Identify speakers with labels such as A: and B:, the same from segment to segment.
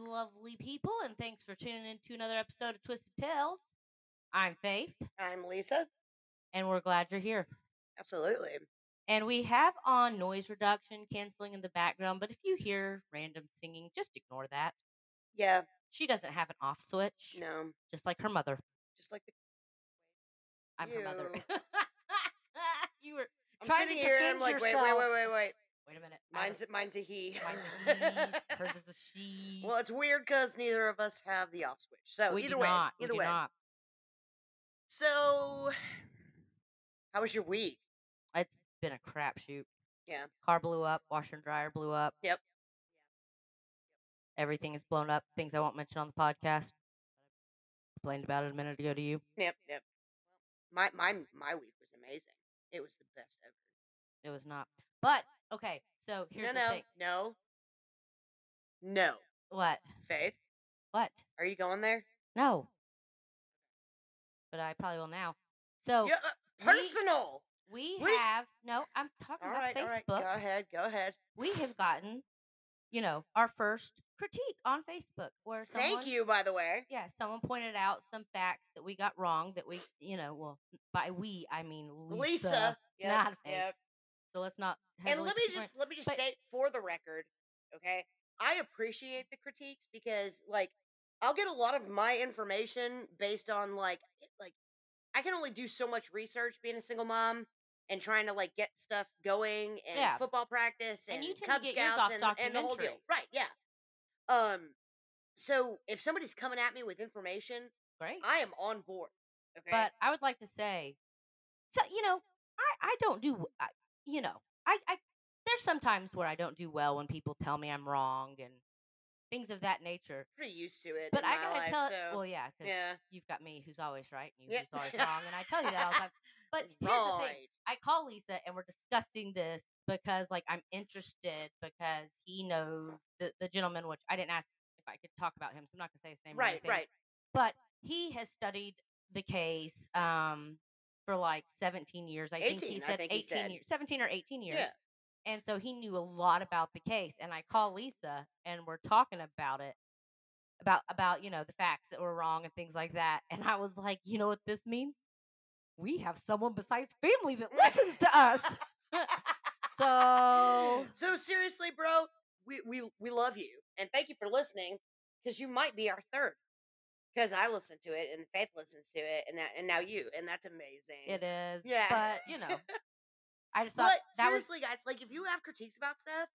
A: lovely people, and thanks for tuning in to another episode of Twisted Tales. I'm Faith,
B: I'm Lisa.
A: and we're glad you're here.
B: Absolutely.
A: And we have on noise reduction, canceling in the background, but if you hear random singing, just ignore that.
B: Yeah.
A: She doesn't have an off switch,
B: No.
A: just like her mother.
B: Just like the,
A: I'm her mother.
B: Ew.
A: you were
B: I'm
A: Trying
B: sitting
A: to
B: here and I'm
A: defend
B: like, wait, wait,
A: yourself.
B: wait, wait, wait.
A: wait a minute. I
B: Mine's
A: was-
B: a, mine's a he.
A: mine's a he, hers is a she.
B: well, it's weird because neither of us have the off switch. So
A: we
B: either
A: do
B: way,
A: not. we
B: either
A: do
B: way.
A: not.
B: So, how was your week?
A: It's been a crapshoot.
B: Yeah.
A: Car blew up. Washer and dryer blew up.
B: Yep.
A: Everything is blown up. Things I won't mention on the podcast. Complained about it a minute ago to you.
B: Yep, yep. My my my week was amazing. It was the best ever.
A: It was not. But okay. So here's
B: no,
A: the
B: no,
A: thing.
B: no, no.
A: What?
B: Faith,
A: What?
B: are you going there?
A: No. But I probably will now. So
B: yeah, uh,
A: Oh, we-
B: personal.
A: we
B: we-
A: have no. I'm talking
B: All
A: about
B: right, all right.
A: Facebook.
B: Go ahead, go ahead.
A: We have gotten, you know, our first critique on Facebook where someone
B: Thank you, by the way.
A: yeah, someone pointed out some facts that we got wrong that we, you know, well, n- by we I mean Lisa.
B: Lisa. Yep,
A: not Faith.
B: yep.
A: So let's not.
B: And
A: heavily
B: let me
A: critique her.
B: just let me just
A: but-
B: state for the record, okay? I appreciate the critiques because like I'll get a lot of my information based on like it- like I can only do so much research being a single mom and trying to like get stuff going and
A: Yeah.
B: football practice and,
A: And you tend to
B: Cub
A: get yours
B: Scouts
A: off
B: and, and the whole deal.
A: documentaries.
B: Right, yeah. Um so if somebody's coming at me with information,
A: Great.
B: I am on board. Okay.
A: but I would like to say, so you know, I I don't do, I, you know, I I there's sometimes where I don't do well when people tell me I'm wrong and things of that nature.
B: pretty used to it.
A: But
B: in
A: I
B: my
A: gotta
B: life,
A: tell,
B: so-
A: well, yeah, 'cause
B: yeah.
A: you've got me who's always right and you
B: Yeah.
A: who's always wrong, and I tell you that all the time. But here's the thing:
B: Right.
A: I call Lisa and we're discussing this because like I'm interested because he knows the, the gentleman, which I didn't ask if I could talk about him, so I'm not gonna say his name. or
B: Right,
A: anything,
B: right.
A: But he has studied the case um for like 17 years. I think he
B: 18, I
A: said
B: think he
A: 18
B: said.
A: years, 17 or 18 years.
B: Yeah.
A: And so he knew a lot about the case. And I call Lisa and we're talking about it. About about, you know, the facts that were wrong and things like that. And I was like, you know what this means? We have someone besides family that listens to us. so
B: So seriously, bro, we we we love you and thank you for listening because you might be our third. Because I listen to it and Faith listens to it and that and now you and that's amazing.
A: it is.
B: Yeah.
A: But you know. I just thought
B: But
A: that was
B: seriously, guys, like if you have critiques about stuff,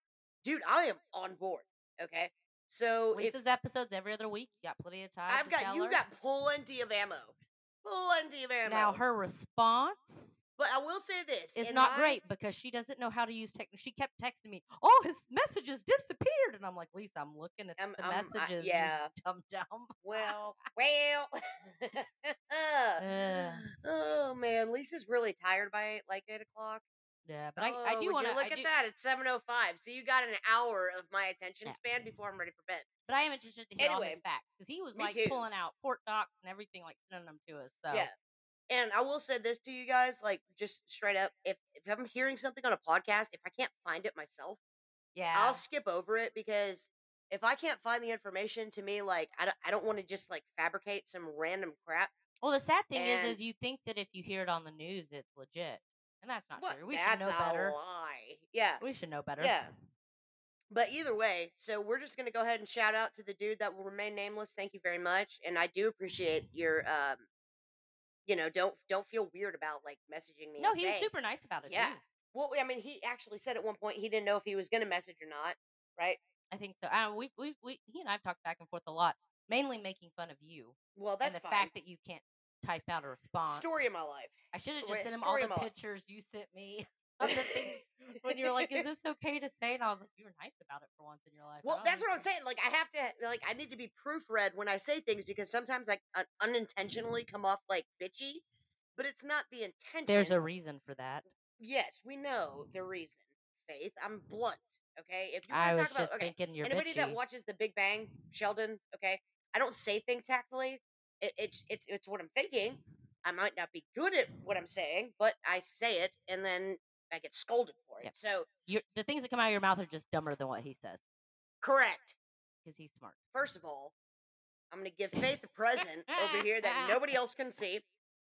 B: dude, I am on board. Okay, so if
A: Lisa's episodes every other week. You got plenty of time.
B: I've
A: to
B: got
A: tell
B: you
A: her.
B: got plenty of ammo, plenty of ammo.
A: Now her response
B: but I will say this:
A: is
B: in
A: not
B: my-
A: great because she doesn't know how to use tech. She kept texting me, "All his messages disappeared," and I'm like, "Lisa, I'm looking at
B: I'm-
A: the
B: I'm- I-
A: messages, you
B: yeah.
A: dumb dumb."
B: Well, well.
A: Ugh.
B: oh man, Lisa's really tired by eight, like eight o'clock.
A: yeah, but I,
B: Oh,
A: I do
B: would
A: want
B: you
A: to
B: look at that. It's seven oh five. So you got an hour of my attention
A: Yeah.
B: span before I'm ready for bed.
A: But I am interested to hear all his
B: Anyway,
A: facts because he was
B: me
A: like
B: too.
A: pulling out court docs and everything, like sending them to us. So
B: Yeah. And I will say this to you guys, like just straight up, if if I'm hearing something on a podcast, if I can't find it myself,
A: yeah,
B: I'll skip over it because if I can't find the information, to me, like I don't, I don't want to just like fabricate some random crap.
A: Well, the sad thing
B: And-
A: is, is you think that if you hear it on the news, it's legit, and that's not
B: What?
A: true. We
B: That's
A: should know
B: a
A: better.
B: lie. Yeah.
A: We should know better.
B: Yeah. But either way, so we're just gonna go ahead and shout out to the dude that will remain nameless. Thank you very much, and I do appreciate your, um, you know, don't don't feel weird about like messaging me.
A: No,
B: and
A: he was
B: saying-
A: super nice about it.
B: Yeah.
A: too.
B: Well, I mean, he actually said at one point he didn't know if he was gonna message or not, right?
A: I think so. I we we we he and I've talked back and forth a lot, mainly making fun of you
B: Well, that's
A: and the
B: fine.
A: fact that you can't type out a response.
B: Story of my life.
A: I should have just
B: story-
A: sent him all
B: story
A: the
B: of my life.
A: pictures you sent me of the things when you were like, "Is this okay to say?" And I was like, "You were nice about it for once in your life." I
B: Well,
A: don't
B: that's what I'm
A: understand."
B: saying. Like, I have to, like, I need to be proofread when I say things because sometimes I un- unintentionally come off like bitchy, but it's not the intention.
A: There's a reason for that.
B: Yes, we know the reason, Faith. I'm blunt. Okay, if you
A: I
B: want to
A: was
B: talk
A: just
B: about okay,
A: thinking you're
B: anybody that
A: bitchy.
B: watches The Big Bang, Sheldon. Okay, I don't say things tactfully. It, it's it's it's what I'm thinking. I might not be good at what I'm saying, but I say it, and then I get scolded for it.
A: Yep.
B: So
A: You're, the things that come out of your mouth are just dumber than what he says
B: correct.
A: because he's smart.
B: First of all, I'm gonna give Faith a present over here that nobody else can see.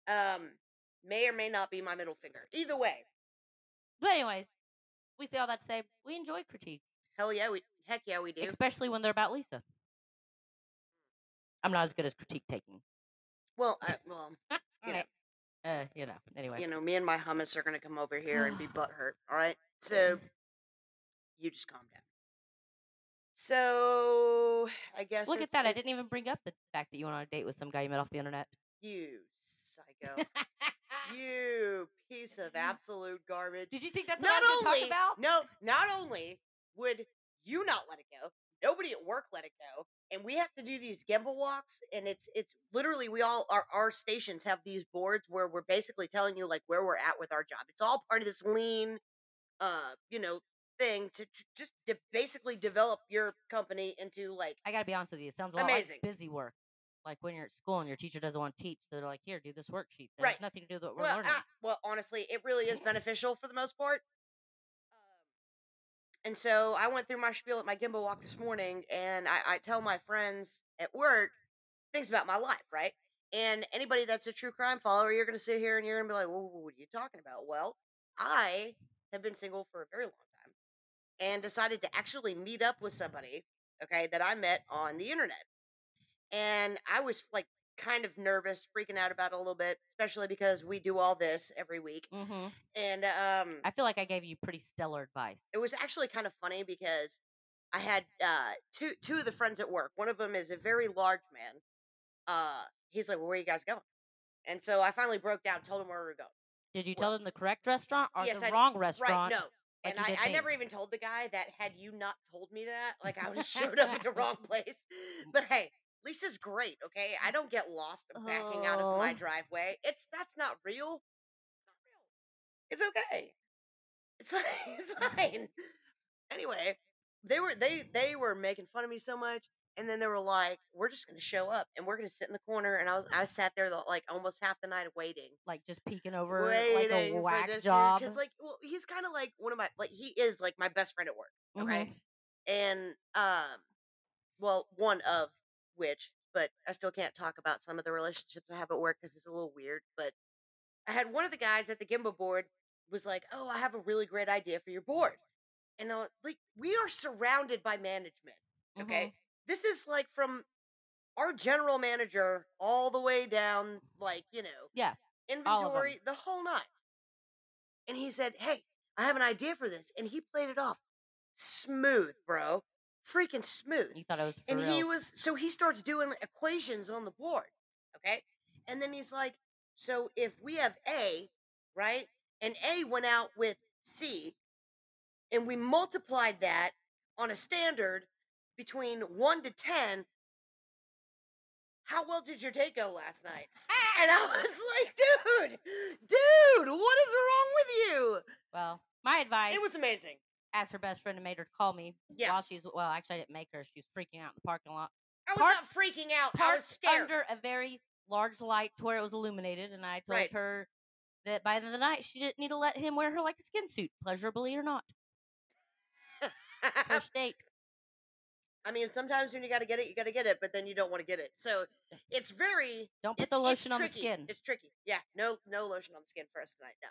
B: Um, may or may not be my middle finger. Either way,
A: But anyways, we say all that to say we enjoy critiques,
B: hell yeah, we heck yeah we do.
A: especially when they're about
B: Mm.
A: Lisa. I'm not as good as critique taking.
B: well, uh, well, You know.
A: Alright. Uh, you know. Anyway.
B: you know, me and my hummus are gonna come over here and be butthurt. All right, so you just calm down. So I guess
A: Look at
B: it's-
A: that. I
B: it's
A: didn't even bring up the fact that you went on a date with some guy you met off the internet.
B: You psycho. you piece of absolute garbage.
A: Did you think that's what
B: not
A: I was going
B: only
A: to talk about?
B: no, not only would you not let it go, nobody at work let it go, and we have to do these gimbal walks, and it's it's literally we all our our stations have these boards where we're basically telling you like where we're at with our job. It's all part of this lean, uh, you know, thing to tr- just to basically develop your company into like
A: I got to be honest with you. It sounds a lot like
B: Amazing.
A: busy work. Like when you're at school and your teacher doesn't want to teach, so they're like, here, do this worksheet. That
B: Right.
A: has nothing to do with what we're
B: well,
A: learning.
B: ah, well, honestly, it really is beneficial for the most part. Um, And so I went through my spiel at my gimbal walk this morning, and I, I tell my friends at work things about my life, right? And anybody that's a true crime follower, you're going to sit here and you're going to be like, well, what are you talking about? Well, I have been single for a very long time and decided to actually meet up with somebody, okay, that I met on the internet. And I was like kind of nervous, freaking out about it a little bit, especially because we do all this every week.
A: hmm
B: And um,
A: I feel like I gave you pretty stellar advice.
B: it was actually kind of funny because I had uh, two two of the friends at work. One of them is a very large man. Uh, he's like, well, "Where you guys going?" And so I finally broke down, told him where we were going.
A: Did you
B: well,
A: tell them the correct restaurant or
B: yes,
A: the
B: I did.
A: wrong restaurant?
B: Right? No.
A: like
B: And
A: you did
B: I, I
A: me.
B: never even told the guy that had you not told me that, like I would have showed up at the wrong place. But hey, Lisa's great, okay? I don't get lost backing out of my
A: Oh.
B: driveway. It's that's not real. It's not real. It's okay. It's fine. It's fine. Anyway, they were they they were making fun of me so much, and then they were like, "We're just gonna show up, and we're gonna sit in the corner." And I was I sat there the, like almost half the night waiting
A: Like just peeking over like a
B: waiting
A: whack
B: for this
A: job.
B: because like well he's kind of like one of my like he is like my best friend at work okay
A: Mhm.
B: and um well one of which but i still can't talk about some of the relationships i have at work because it's a little weird but i had one of the guys at the gimbal board was like oh i have a really great idea for your board and i like we are surrounded by management
A: Mm-hmm.
B: okay this is like from our general manager all the way down like you know
A: Yeah, all of 'em.
B: inventory the whole nine and he said hey i have an idea for this and he played it off smooth bro freaking smooth
A: You thought I was for
B: and he
A: reals.
B: was so he starts doing equations on the board okay and then he's like so if we have a right and a went out with c and we multiplied that on a standard between 1 to 10 how well did your date go last night and i was like dude dude what is wrong with
A: Well, my advice
B: you it was amazing
A: asked her best friend and made her call me
B: Yeah.
A: while she's well, actually I didn't make her. She was freaking out in the parking lot.
B: i was
A: Park-
B: not freaking out i
A: Parked
B: was scared
A: under a very large light to where it was illuminated and I told
B: Right.
A: her that by the end of the night she didn't need to let him wear her like a skin suit, pleasurably or not.
B: Um,
A: First date.
B: I mean, sometimes when you got to get it, you got to get it, but then you don't want to get it. So it's very.
A: Don't put
B: it's,
A: the
B: it's
A: lotion on the
B: tricky.
A: skin.
B: It's tricky. Yeah. No, no lotion on the skin for us tonight. No.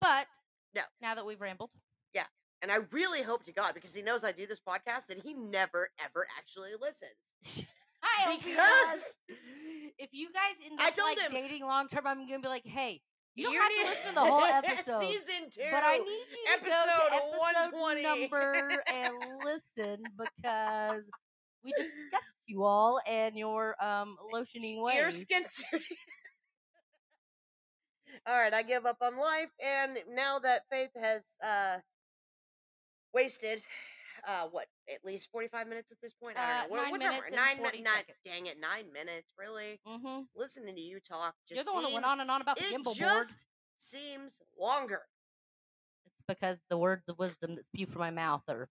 A: But
B: No.
A: now that we've rambled,
B: And I really hope to God, because he knows I do this podcast, that he never, ever actually listens.
A: I hope he does.
B: Because
A: if you guys end
B: I
A: up
B: told
A: like
B: him-
A: dating long term, I'm gonna be like, hey, you don't
B: you're
A: have to
B: ne-
A: listen to the whole episode.
B: Season two.
A: But I need you to
B: episode
A: go to episode
B: 120.
A: number and listen because we discussed you all and your um lotioning ways.
B: Your skin suit. All right, I give up on life, and now that Faith has uh, wasted, uh, what at least forty-five minutes at this point. I
A: Uh,
B: don't know. What-
A: nine
B: what's our
A: minutes and
B: nine, mi-
A: 40
B: nine-
A: seconds.
B: Dang it, nine minutes. Really,
A: Mm-hmm.
B: listening to you talk just
A: You're the one who went
B: seems-
A: on and on about the
B: it
A: gimbal board.
B: just seems longer.
A: It's because the words of wisdom that spew from my mouth are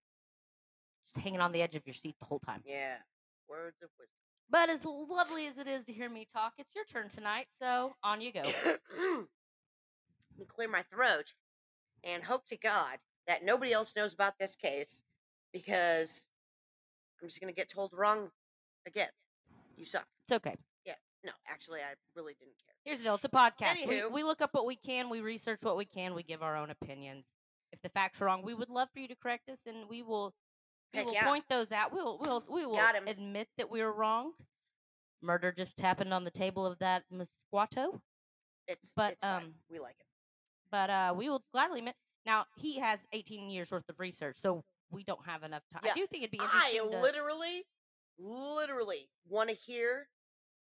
A: just hanging on the edge of your seat the whole time.
B: Yeah, words of wisdom.
A: But as lovely as it is to hear me talk, it's your turn tonight, so on you go.
B: Let me clear my throat and hope to God that nobody else knows about this case because I'm just going to get told wrong again. You suck.
A: It's okay.
B: No, actually, I really didn't care.
A: Here's the deal. It's a podcast. We,
B: Anywho.
A: we look up what we can. We research what we can. We give our own opinions. If the facts are wrong, we would love for you to correct us, and we will. We
B: Heck
A: will
B: yeah.
A: point those out. We will. We'll, we will
B: Got 'em.
A: admit that we were wrong. Murder just happened on the table of that Mosquito,
B: It's
A: But,
B: it's fine.
A: um,
B: we like it.
A: but uh, we will gladly admit. Now he has 18 years worth of research, so we don't have enough time.
B: Yeah.
A: I do think it'd be
B: I
A: interesting. to-
B: literally, literally want to hear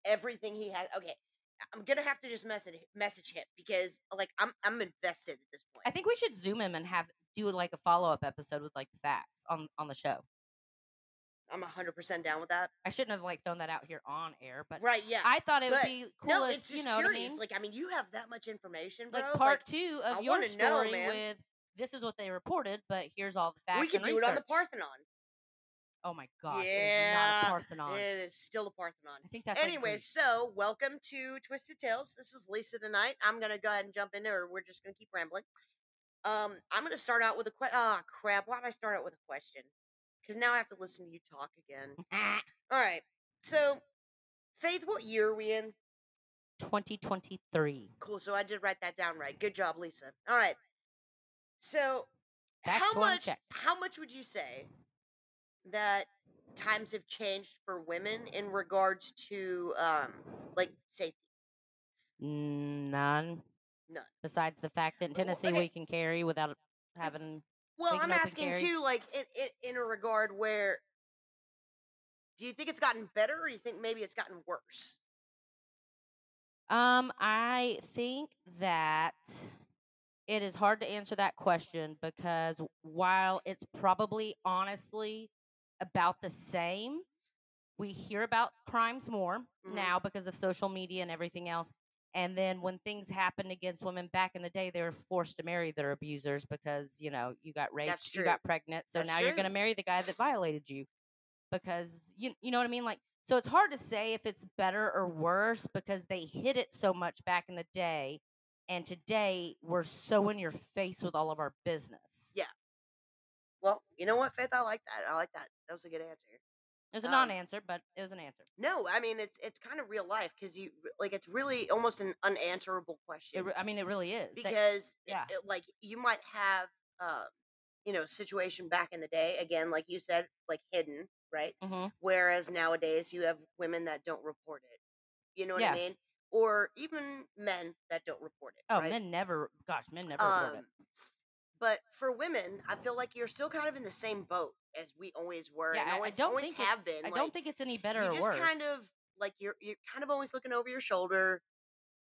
B: everything he has. Okay, I'm gonna have to just message message him because like I'm I'm invested at this point.
A: I think we should zoom him and have do like a follow up episode with like the facts on on the show.
B: I'm 100 percent down with that.
A: I shouldn't have like thrown that out here on air, but
B: Right? Yeah.
A: I thought it would
B: but-
A: be cool
B: no,
A: if
B: it's just
A: you know
B: curious.
A: what
B: Like I mean, you have that much information,
A: I mean.
B: bro.
A: Like
B: Like,
A: part two of
B: I
A: your
B: wanna know,
A: story
B: man.
A: with this is what they reported, but here's all the facts.
B: we could
A: and
B: do it on the
A: research."
B: Parthenon.
A: Oh my gosh, it is not
B: Yeah,
A: a Parthenon.
B: It is still the Parthenon.
A: I think that's like,
B: Anyway,
A: Greece.
B: so welcome to Twisted Tales. This is Lisa tonight. I'm gonna go ahead and jump into, or we're just gonna keep rambling. Um, I'm gonna start out with a question. Ah, crap! Why did I start out with a question? Because now I have to listen to you talk again.
A: Mm-hmm. "Ah,
B: All right. So, Faith, what year are we in?
A: 2023.
B: Cool. So I did write that down right. Good job, Lisa. All right. So,
A: Back
B: how
A: to
B: much?
A: unchecked.
B: How much would you say that times have changed for women in regards to, um, like safety?
A: None.
B: None.
A: Besides the fact that in
B: Well,
A: Tennessee
B: okay.
A: we can carry without having
B: Well,
A: Big
B: I'm
A: and open
B: asking
A: carry.
B: too, like in, in in a regard where, do you think it's gotten better, or you think maybe it's gotten worse?
A: Um, I think that it is hard to answer that question because while it's probably honestly about the same, we hear about crimes more
B: Mhm.
A: now because of social media and everything else. And then when things happened against women back in the day, they were forced to marry their abusers because, you know, you got raped, you
B: true.
A: got pregnant. So
B: That's
A: now you're going to
B: true.
A: marry the guy that violated you because you, you know what I mean? Like, so it's hard to say if it's better or worse because they hid it so much back in the day. And today we're so in your face with all of our business.
B: Yeah. Well, you know what, Faith, I like that. I like that. That was a good answer.
A: It was a
B: Um,
A: non answer, but it was an answer.
B: No, I mean it's it's kind of real life because you like it's really almost an unanswerable
A: It,
B: question
A: re- I mean, it really is. They-
B: because it-
A: yeah.
B: it- like you might have uh, you know situation back in the day again like you said like hidden right
A: Mhm.
B: whereas nowadays you have women that don't report it you know what
A: Yeah.
B: I mean or even men that don't report it
A: Oh,
B: right?
A: men never, gosh, men never report it.
B: Um, but for women, I feel like you're still kind of in the same boat as we always were
A: Yeah,
B: and
A: I- I
B: always,
A: don't
B: always
A: think it's-
B: have been.
A: I
B: like,
A: don't think it's any better
B: you
A: or
B: just
A: worse.
B: kind of like you're you're kind of always looking over your shoulder.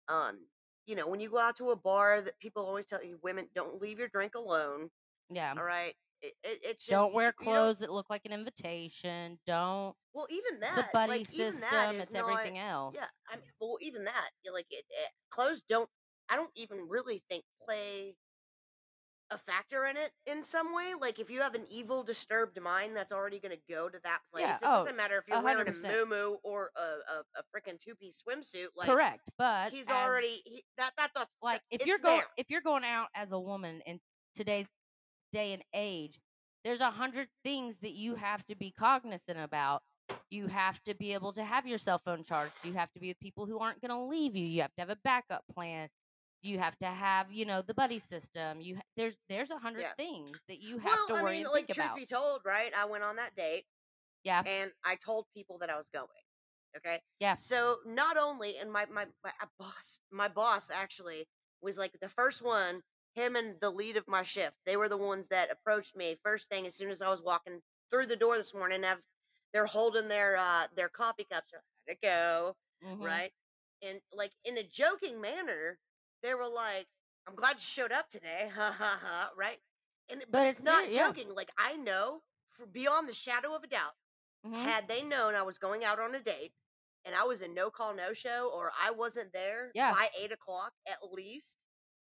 B: Um, you know, when you go out to a bar, that people always tell you, women don't leave your drink alone.
A: yeah.
B: All right, it, it, it's just
A: don't wear
B: you don't-
A: clothes that look like an invitation. Don't
B: well, even that
A: the buddy
B: like, even
A: system.
B: that is
A: It's
B: not-
A: everything else.
B: Yeah, I mean, well, even that, you know, like it, it, clothes don't. I don't even really think play a factor in it in some way. Like if you have an evil, disturbed mind, that's already going to go to that place.
A: Yeah,
B: It
A: oh,
B: doesn't matter if
A: a
B: you're
A: hundred
B: wearing a
A: percent.
B: muumuu or a a, a freaking two piece swimsuit. Like
A: Correct, but
B: he's
A: as-
B: already he, that that that's
A: like if
B: it's
A: you're going
B: there.
A: if you're going out as a woman in today's day and age, there's a hundred things that you have to be cognizant about. You have to be able to have your cell phone charged. You have to be with people who aren't going to leave you. You have to have a backup plan. You have to have, you know, the buddy system. You ha- there's there's a hundred
B: Yeah.
A: things that you have to
B: well,
A: worry
B: I mean,
A: and
B: like
A: think
B: truth
A: about.
B: be told, right? I went on that date
A: yeah,
B: and I told people that I was going. Okay.
A: Yeah.
B: So not only and my my, my uh, boss, my boss actually was like the first one. Him and the lead of my shift, they were the ones that approached me first thing as soon as I was walking through the door this morning. I've, they're holding their uh, their coffee cups. They're like, How'd it go?
A: mhm.
B: Right. And like in a joking manner, they were like, I'm glad you showed up today. Ha ha ha. Right. And but,
A: But
B: it's,
A: it's
B: not
A: seri- yeah.
B: joking. Like I know for beyond the shadow of a doubt
A: Mhm.
B: had they known I was going out on a date and I was a no call no show or I wasn't there
A: Yeah.
B: by eight o'clock at least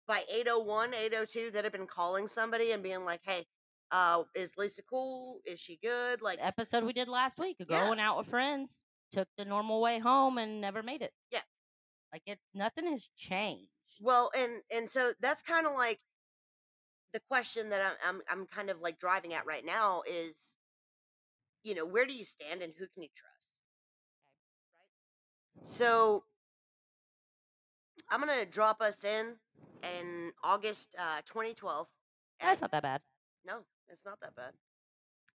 B: by 801 802 that had been calling somebody and being like hey uh is Lisa cool is she good like
A: the episode we did last week of
B: Yeah.
A: going out with friends took the normal way home and never made it
B: Yeah.
A: like it's nothing has changed
B: well and and so that's kind of like the question that I'm, I'm I'm kind of like driving at right now is you know where do you stand and who can you trust So I'm gonna drop us in in August uh, 2012.
A: That's
B: and-
A: not that bad.
B: no, it's not that bad.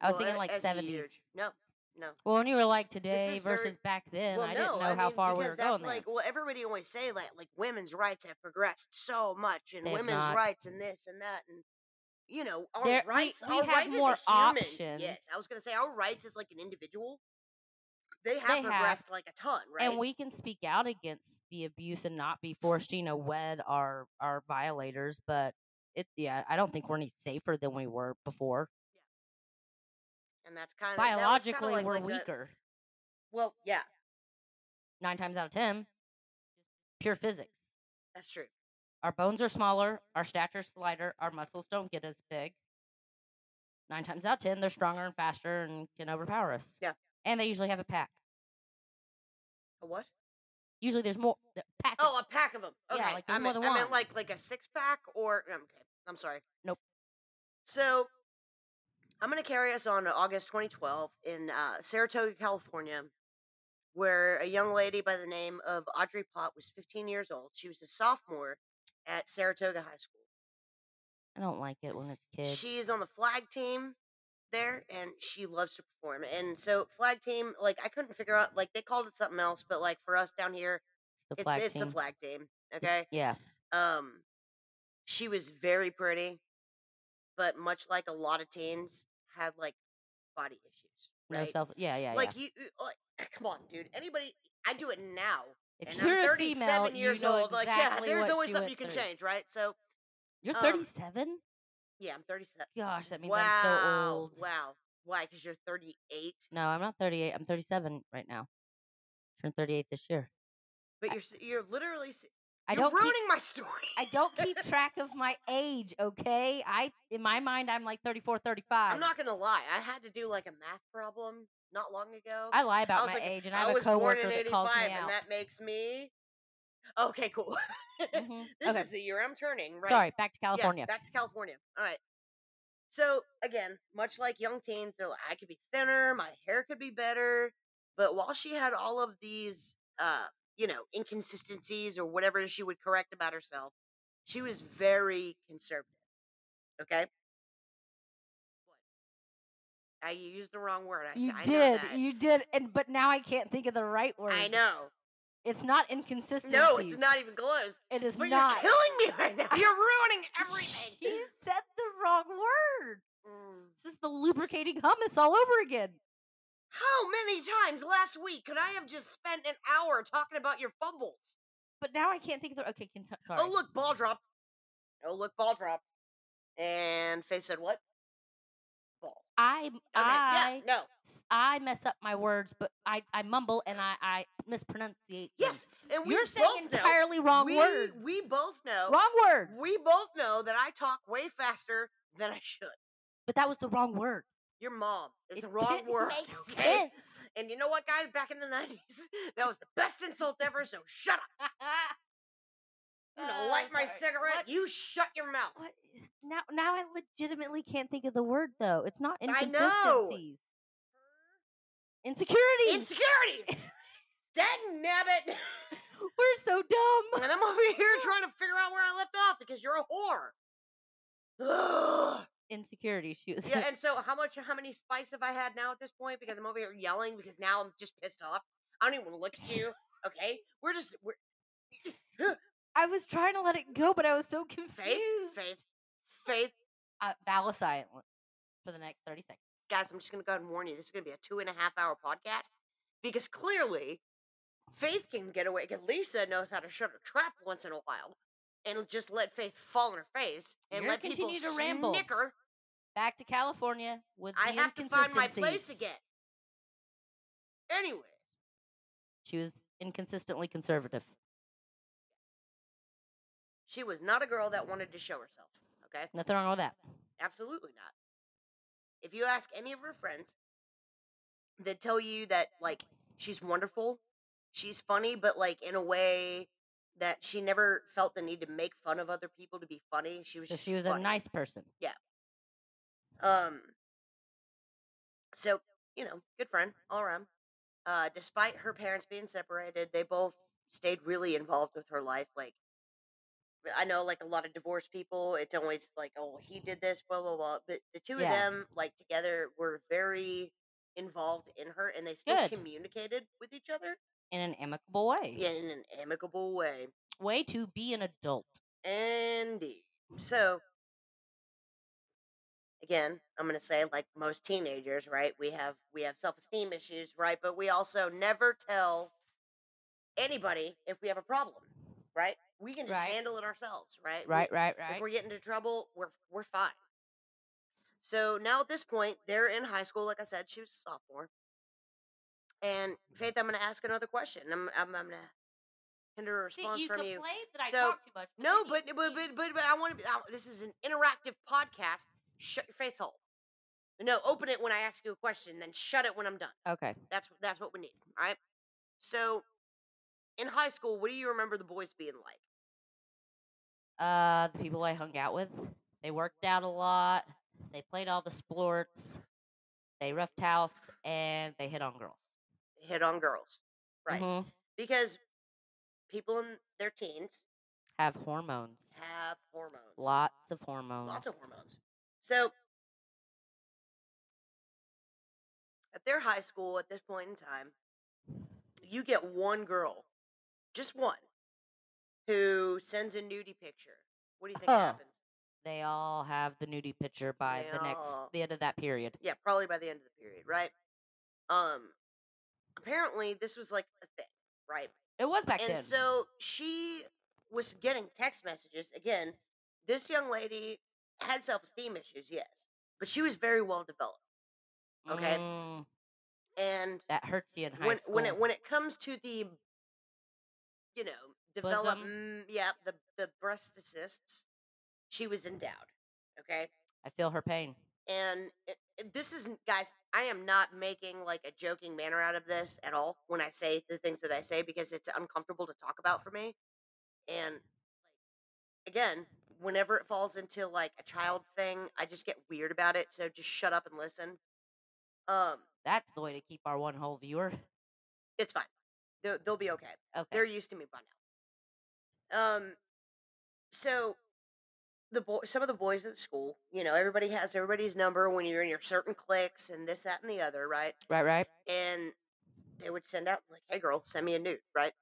A: I was
B: Well,
A: thinking
B: a-
A: like
B: as a
A: seventies.
B: huge- No, no.
A: Well, when you were like today
B: is very-
A: versus back then,
B: well,
A: I
B: no,
A: didn't know
B: I
A: how
B: mean,
A: far we
B: because
A: were going.
B: that's like, well, everybody always say that like women's rights have progressed so much, and
A: They have
B: women's
A: not.
B: rights and this and that, and you know, our
A: There- we-
B: rights.
A: we
B: our
A: have
B: rights
A: more
B: as a human.
A: options.
B: Yes, I was gonna say our rights as like an individual. They
A: They
B: have
A: have.
B: progressed like a ton,
A: there.
B: right?
A: And we can speak out against the abuse and not be forced to, you know, wed our our violators. But it, yeah, I don't think we're any safer than we were before.
B: and that's kind of
A: Biologically, we're
B: like the-
A: weaker
B: well, yeah,
A: nine times out of ten. Pure physics.
B: that's true.
A: Our bones are smaller. Our stature's lighter. Our muscles don't get as big. Nine times out of ten, they're stronger and faster and can overpower us.
B: Yeah.
A: And they usually have a pack.
B: A what?
A: Usually, there's more the pack. is-
B: Oh, a pack of them. Okay.
A: Yeah, like,
B: I
A: there's more
B: meant,
A: than
B: I meant
A: one.
B: like like a six pack or okay. I'm sorry.
A: Nope.
B: So I'm gonna carry us on to August 2012 in uh, Saratoga, California, where a young lady by the name of Audrey Plott was 15 years old. She was a sophomore at Saratoga High School.
A: I don't like it when it's kids.
B: She is on the flag team there and she loves to perform. And so flag team, like I couldn't figure out like they called it something else, but like for us down here,
A: the
B: it's
A: flag
B: it's
A: team.
B: the flag team. Okay.
A: Yeah.
B: Um, she was very pretty, but much like a lot of teens, had like body issues.
A: No
B: Right?
A: self. Yeah, yeah,
B: like you, you- like, come on, dude. Anybody, I do it now,
A: yeah. If
B: and
A: you're
B: I'm
A: a
B: 37
A: female,
B: years
A: you know
B: old.
A: Exactly
B: like, yeah, there's
A: what
B: always
A: you
B: something
A: went
B: you can
A: through.
B: change, right? So,
A: You're
B: Um,
A: 37.
B: yeah, I'm 37.
A: Gosh, that means I'm
B: wow,
A: so old.
B: wow. Why? Because you're 38,
A: No, I'm not 38. I'm 37 right now. Turned 38 this year.
B: but
A: I-
B: you're s- you're literally s-
A: I
B: you're
A: don't.
B: ruining
A: Keep,
B: my story.
A: I don't keep track of my age. Okay. I in my mind, I'm like 34, 35.
B: I'm not gonna lie. I had to do like a math problem not long ago.
A: I lie about my
B: was like,
A: age, and I have a
B: was born
A: coworker
B: in
A: that
B: 85,
A: calls me
B: and
A: out.
B: that makes me. Okay, cool.
A: Mhm.
B: this
A: Okay.
B: is the year I'm turning, right?
A: Sorry. Back to
B: Yeah,
A: California.
B: back to California. All right. So, again, much like young teens, they're like, I could be thinner, my hair could be better. But while she had all of these, uh, you know, inconsistencies or whatever she would correct about herself, she was very conservative. Okay. I used the wrong word. I, s-
A: you
B: I know
A: did.
B: that.
A: You did. And but now I can't think of the right word.
B: I know.
A: It's not inconsistency.
B: No, it's not even close.
A: It is
B: But
A: not.
B: you're killing me right now. You're ruining everything.
A: You said the wrong word.
B: Mm.
A: This is the lubricating hummus all over again.
B: How many times last week could I have just spent an hour talking about your fumbles?
A: But now I can't think of the. Okay, can sorry.
B: Oh look, ball drop. Oh look, ball drop. And Faith said what? Ball.
A: I
B: Okay.
A: I
B: yeah. No.
A: s- I mess up my words, but I I mumble and I I mispronunciate. them.
B: Yes. And we
A: you're
B: both
A: saying
B: know-
A: entirely wrong
B: we,
A: words.
B: We both know.
A: wrong words.
B: We both know that I talk way faster than I should.
A: but that was the wrong word.
B: Your mom is
A: It
B: the wrong
A: didn't
B: word.
A: make
B: okay?
A: sense.
B: And you know what, guys? Back in the nineties, that was the best insult ever. So shut up. You don't
A: Oh,
B: like my
A: sorry.
B: cigarette.
A: What-
B: You shut your mouth.
A: What? Now, now I legitimately can't think of the word though. It's not
B: I
A: inconsistencies.
B: know.
A: Insecurities.
B: Insecurity. Dang nabbit.
A: We're so dumb.
B: And I'm over here trying to figure out where I left off because you're a whore. Ugh.
A: Insecurities. She was.
B: yeah, and so how much how many spikes have I had now at this point? Because I'm over here yelling because now I'm just pissed off. I don't even want to look at you. Okay? We're just we're
A: I was trying to let it go, but I was so confused.
B: faith, faith, faith.
A: Uh, vowel silent for the next thirty seconds.
B: Guys, I'm just gonna go ahead and warn you, this is gonna be a two and a half hour podcast. Because clearly Faith can get away because Lisa knows how to shut her trap once in a while and just let Faith fall on her face and
A: You're
B: let people
A: continue to ramble.
B: snicker.
A: Back to California with.
B: I
A: the
B: have to find my place
A: inconsistencies.
B: again. Anyway,
A: She was inconsistently conservative.
B: she was not a girl that wanted to show herself. Okay?
A: Nothing wrong with that.
B: Absolutely not. If you ask any of her friends, they tell you that like she's wonderful, she's funny, but like in a way that she never felt the need to make fun of other people to be funny. She was
A: So
B: just
A: she was a
B: funny.
A: nice person.
B: um. So you know, good friend all around. Uh, despite her parents being separated, they both stayed really involved with her life. Like I know, like a lot of divorced people, it's always like, oh, he did this, blah blah blah. But the two of
A: Yeah.
B: them, like together, were very involved in her, and they still
A: Good.
B: communicated with each other
A: In an amicable way.
B: in an amicable way.
A: Way to be an adult.
B: Indeed. So again i'm going to say like most teenagers right we have we have self-esteem issues right but we also never tell anybody if we have a problem right we can just
A: Right.
B: handle it ourselves right we
A: Right, right,
B: if
A: right.
B: we're getting into trouble we're we're fine so now at this point they're in high school like i said she was a sophomore and faith i'm going to ask another question i'm i'm, I'm going to hinder a
A: See,
B: response
A: you
B: from you
A: complained that I
B: so
A: talk too much. But
B: no
A: then
B: but
A: you,
B: but
A: you
B: but but, but i want to this is an interactive podcast shut your face hole No, open it when I ask you a question, then shut it when I'm done.
A: okay.
B: That's that's what we need. All right. So in high school, what do you remember the boys being like?
A: Uh, the people I hung out with, they worked out a lot. They played all the sports. They roughed house and they hit on girls.
B: Hit on girls, right?
A: Mhm.
B: Because people in their teens
A: Have hormones.
B: have hormones,
A: Lots of hormones.
B: lots of hormones. So at their high school, at this point in time, you get one girl, just one, who sends a nudie picture. What do you think
A: Huh.
B: happens?
A: They all have the nudie picture by
B: They
A: the next
B: all-
A: the end of that period.
B: Yeah, probably by the end of the period, right? Um, apparently this was like a thing, right?
A: It was back
B: And
A: then.
B: so she was getting text messages. Again, this young lady had self esteem issues, yes, but she was very well developed. okay.
A: Mm,
B: And
A: that hurts you in high
B: when
A: school.
B: when it when it comes to the you know develop mm, yeah the the breast cysts, she was endowed. Okay,
A: I feel her pain.
B: and it, it- this isn't guys. I am not making like a joking manner out of this at all when I say the things that I say because it's uncomfortable to talk about for me. And again, whenever it falls into like a child thing, I just get weird about it. So just shut up and listen. Um,
A: That's the way to keep our one whole viewer.
B: it's fine. They'll, they'll be okay.
A: Okay.
B: They're used to me by now. Um, so the boy, some of the boys at school, you know, everybody has everybody's number when you're in your certain cliques and this, that, and the other, right?
A: Right, right.
B: And they would send out like, "Hey, girl, send me a nude," right?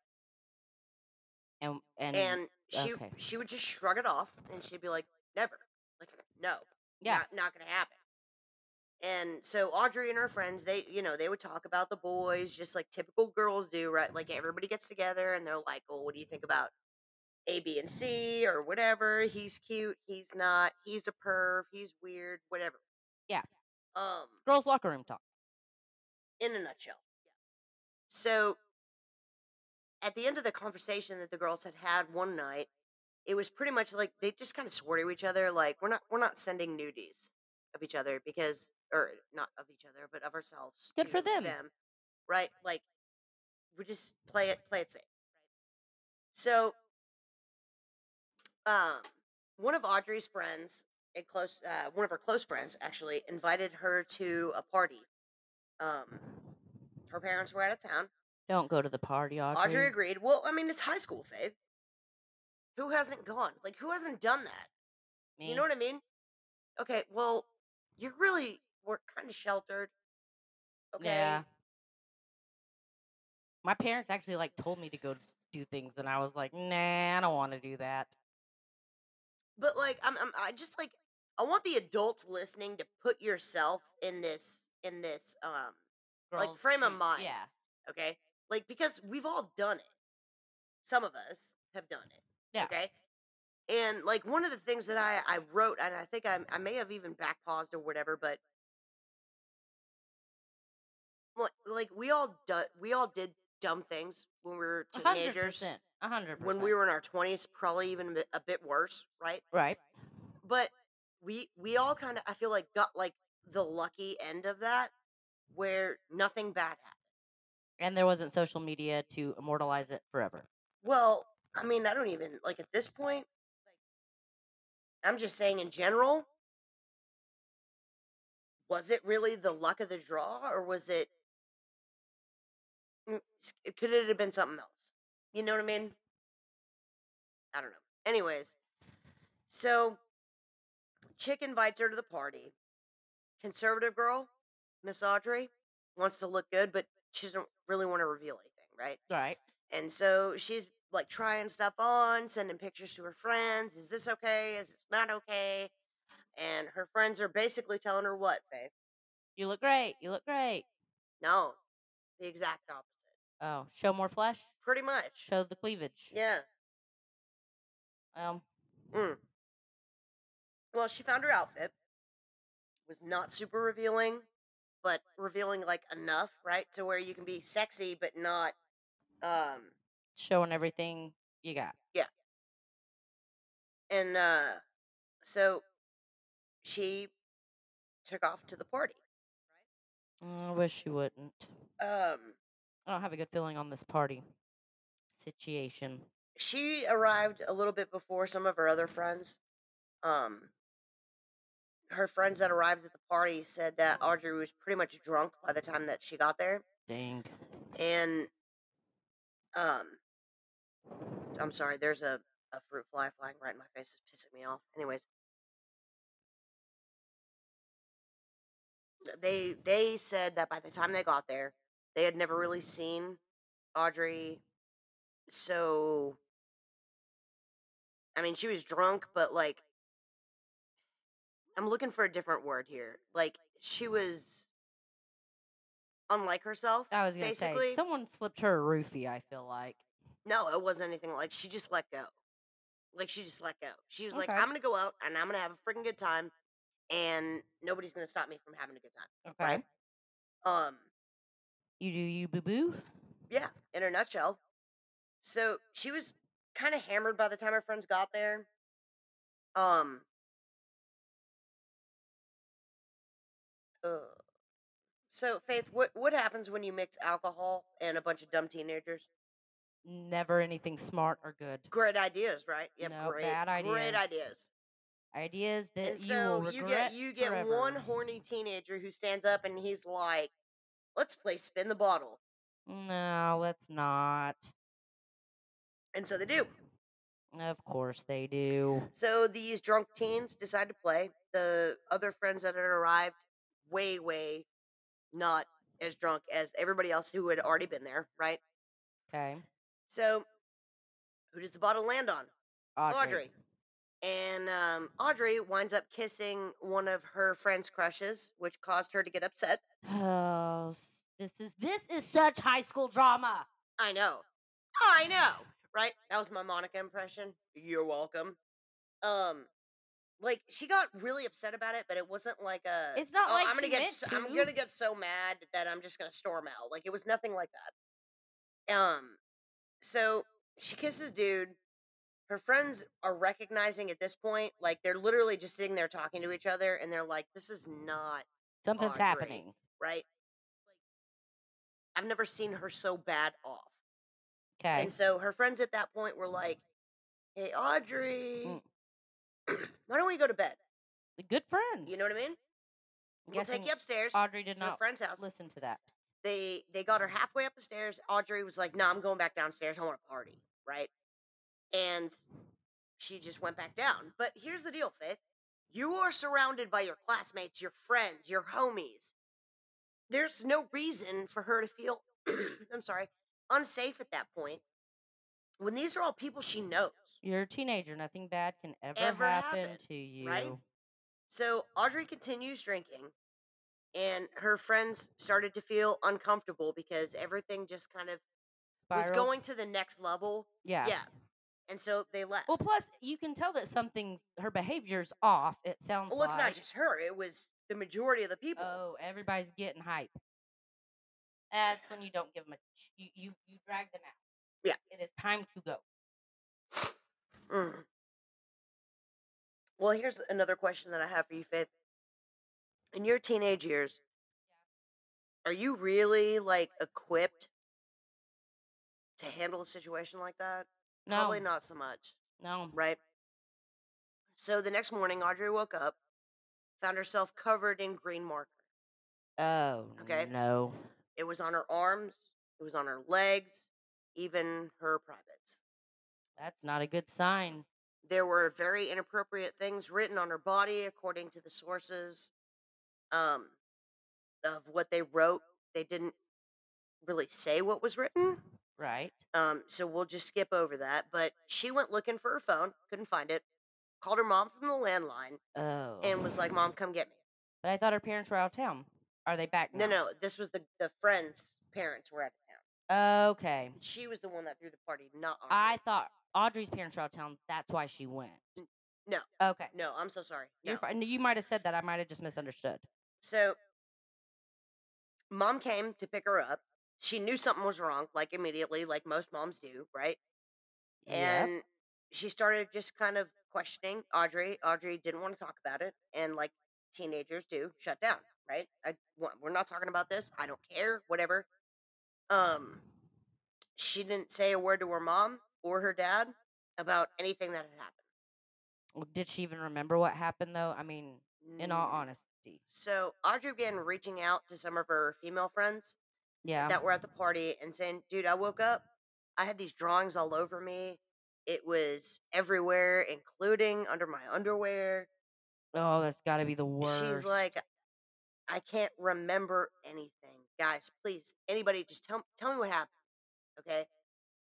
A: And and,
B: And she
A: okay.
B: she would just shrug it off and she'd be like, "Never, like, no,
A: yeah,
B: not, not gonna happen." And so Audrey and her friends, they, you know, they would talk about the boys just like typical girls do, right? Like everybody gets together and they're like, well, what do you think about A, B, and C or whatever? He's cute. He's not. He's a perv. He's weird. Whatever.
A: Yeah.
B: Um,
A: girls locker room talk.
B: in a nutshell. So at the end of the conversation that the girls had had one night, it was pretty much like they just kind of swore to each other, like we're not we're not sending nudies of each other because, or not of each other, but of ourselves.
A: Good for
B: to
A: them.
B: them, right? Like we just play it play it safe. So um, one of Audrey's friends, a close uh, one of her close friends actually, invited her to a party. Um, her parents were out of town.
A: Don't go to the party, Audrey.
B: Audrey, agreed. Well, I mean, it's high school, Faith. Who hasn't gone? Like, who hasn't done that?
A: Me.
B: You know what I mean? Okay, well, you're really, we're kind of sheltered. Okay.
A: Yeah. My parents actually like told me to go do things, and I was like, nah, I don't want to do that.
B: But, like, I'm, I'm, I just, like, I want the adults listening to put yourself in this, in this, um, Like,
A: Girls
B: frame of
A: shoot-
B: mind.
A: Yeah,
B: okay? Like, because we've all done it. Some of us have done it.
A: Yeah.
B: Okay. And, like, one of the things that I, I wrote, and I think I, I may have even back paused or whatever, but like, like we all do, we all did dumb things when we were
A: a hundred
B: teenagers.
A: percent, a hundred percent.
B: When we were in our twenties, probably even a bit, a bit worse, right?
A: right,
B: But we we all kind of I feel like got like the lucky end of that, where nothing bad happened.
A: and there wasn't social media to immortalize it forever.
B: Well, I mean, I don't even like at this point. I'm just saying in general. Was it really the luck of the draw, or was it Mm, s- Could it have been something else? You know what I mean? I don't know. Anyways, so chick invites her to the party. Conservative girl, Miss Audrey, wants to look good, but she doesn't really want to reveal anything, right?
A: Right.
B: And so she's like trying stuff on, sending pictures to her friends. Is this okay? Is this not okay? And her friends are basically telling her what, babe?
A: You look great. You look great.
B: No, the exact opposite.
A: Oh, show more flesh.
B: Pretty much.
A: Show the cleavage.
B: Yeah.
A: Um,
B: Mm. Well, she found her outfit. Was not super revealing, but revealing like enough, right? To where you can be sexy but not um
A: showing everything you got.
B: and uh so she took off to the party.
A: Mm, I wish you wouldn't.
B: Um
A: I don't have a good feeling on this party situation.
B: she arrived a little bit before some of her other friends. Um her friends that arrived at the party said that Audrey was pretty much drunk by the time that she got there.
A: Dang.
B: And um I'm sorry, there's a, a fruit fly flying right in my face. It's pissing me off. Anyways, they they said that by the time they got there, they had never really seen Audrey. So I mean, she was drunk, but like I'm looking for a different word here. Like she was unlike herself,
A: I was gonna
B: basically.
A: say someone slipped her a roofie. I feel like.
B: no, it wasn't anything like she just let go. Like she just let go. She was like,
A: Okay.
B: I'm gonna go out and I'm gonna have a freaking good time, and nobody's gonna stop me from having a good time.
A: Okay.
B: Right. Um,
A: You do you boo boo.
B: yeah, in a nutshell. So she was kind of hammered by the time her friends got there. Um, uh, so Faith, what what happens when you mix alcohol and a bunch of dumb teenagers?
A: Never anything smart or good.
B: Great ideas, right? Yep,
A: No,
B: great,
A: bad
B: great
A: ideas.
B: ideas.
A: Ideas that
B: And
A: you will
B: so you get
A: regret
B: you get
A: forever.
B: one horny teenager who stands up and he's like, "Let's play spin the bottle,"
A: No, let's not.
B: and so they do.
A: Of course they do.
B: So these drunk teens decide to play. The other friends that had arrived, way, way not as drunk as everybody else who had already been there, right?
A: Okay.
B: So who does the bottle land on?
A: Audrey.
B: Audrey. And um, Audrey winds up kissing one of her friend's crushes, which caused her to get upset.
A: Oh, s- this is this is such high school drama.
B: I know. I know. Right? That was my Monica impression. You're welcome. Um, like she got really upset about it, but it wasn't like a.
A: It's not
B: "Oh,
A: like
B: I'm gonna
A: she
B: get.
A: meant
B: So, I'm
A: to."
B: gonna get so mad that I'm just gonna storm out. Like it was nothing like that. Um, so she kisses dude. Her friends are recognizing at this point, like they're literally just sitting there talking to each other, and they're like, "This is not
A: Something's
B: Audrey.
A: happening.
B: right." Like I've never seen her so bad off.
A: Okay.
B: And so her friends at that point were like, "Hey,
A: Mm.
B: Audrey, why don't we go to bed?
A: Good friends.
B: You know what I mean?
A: I'm
B: We'll take
A: guessing
B: you upstairs
A: Audrey did
B: to the
A: not
B: friend's house.
A: listen to that.
B: They they got her halfway up the stairs. Audrey was like, "No, I'm going back downstairs. I want to party." Right? And she just went back down. But here's the deal, Faith. You are surrounded by your classmates, your friends, your homies. There's no reason for her to feel I'm sorry, unsafe at that point when these are all people she knows.
A: You're a teenager. Nothing bad can ever,
B: Ever
A: happen,
B: happen,
A: to you.
B: right? So Audrey continues drinking, and her friends started to feel uncomfortable because everything just kind of was
A: Spiraled.
B: going to the next level.
A: Yeah. Oh,
B: Yeah. And so they left.
A: Well, plus you can tell that something's her behavior's off. It sounds
B: Well,
A: like.
B: it's not just her, it was the majority of the people.
A: Oh, everybody's getting hype. That's when you don't give them a. ch- You you, you drag them out.
B: Yeah.
A: It is time to go.
B: Mm. Well, here's another question that I have for you, Faith. In your teenage years, are you really like equipped to handle a situation like that?
A: No.
B: Probably not so much,
A: No.
B: right? So the next morning, Audrey woke up, found herself covered in green marker.
A: Oh.
B: Okay.
A: No.
B: It was on her arms, It was on her legs, even her privates.
A: That's not a good sign.
B: There were very inappropriate things written on her body, according to the sources um, of what they wrote. They didn't really say what was written.
A: Right.
B: Um, so we'll just skip over that. But she went looking for her phone, couldn't find it, called her mom from the landline,
A: Oh.
B: and was like, Mom, come get me.
A: but I thought her parents were out of town. Are they back
B: No,
A: now?
B: no, this was the, the friend's parents were out of town.
A: Okay.
B: She was the one that threw the party, not Audrey.
A: I thought Audrey's parents were out of town. That's why she went.
B: no.
A: Okay.
B: No, I'm so sorry. No.
A: You're fine. You might have said that. I might have just misunderstood.
B: So, mom came to pick her up. She knew something was wrong, like immediately, like most moms do, right?
A: Yep.
B: And she started just kind of questioning Audrey. Audrey didn't want to talk about it, and like teenagers do, shut down, right? I, wa- we're not talking about this. I don't care, whatever. Um, she didn't say a word to her mom or her dad about anything that had happened.
A: Well, Did she even remember what happened though? I mean, in all
B: Mm.
A: honesty.
B: So Audrey began reaching out to some of her female friends
A: Yeah.
B: that were at the party and saying, dude, I woke up. I had these drawings all over me. It was everywhere, including under my underwear.
A: oh, that's got to be the worst.
B: She's like, I can't remember anything. Guys, please, anybody, just tell, tell me what happened. Okay?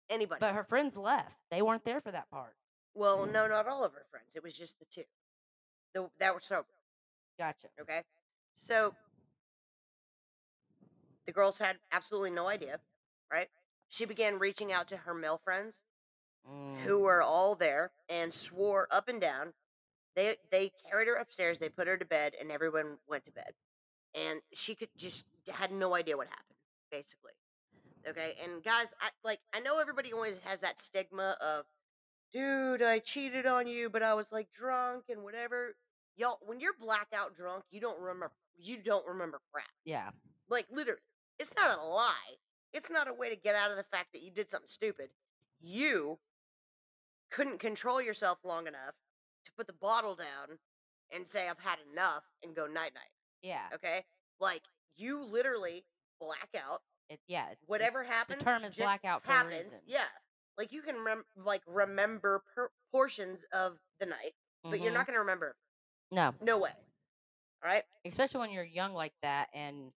B: Anybody.
A: But her friends left. They weren't there for that part.
B: well, no, not all of her friends. It was just the two the, that were sober.
A: Gotcha.
B: Okay? So the girls had absolutely no idea, right? She began reaching out to her male friends who
A: Mm.
B: were all there and swore up and down. They they carried her upstairs, they put her to bed, and everyone went to bed. And she could just had no idea what happened, basically. Okay, and guys, I like I know everybody always has that stigma of, dude, I cheated on you, but I was like drunk and whatever. Y'all, when you're blackout drunk, you don't remember you don't remember crap.
A: Yeah.
B: Like literally, it's not a lie. It's not a way to get out of the fact that you did something stupid. You couldn't control yourself long enough to put the bottle down and say I've had enough and go night night.
A: Yeah.
B: Okay, like you literally black out.
A: It, yeah. it- it-
B: Whatever happens,
A: term is
B: just
A: blackout for a
B: happens.
A: reason.
B: Yeah, like you can rem- like remember per- portions of the night, but you're
A: mhm.
B: not gonna remember.
A: mm-hmm. No.
B: No way. All right.
A: especially when you're young like that and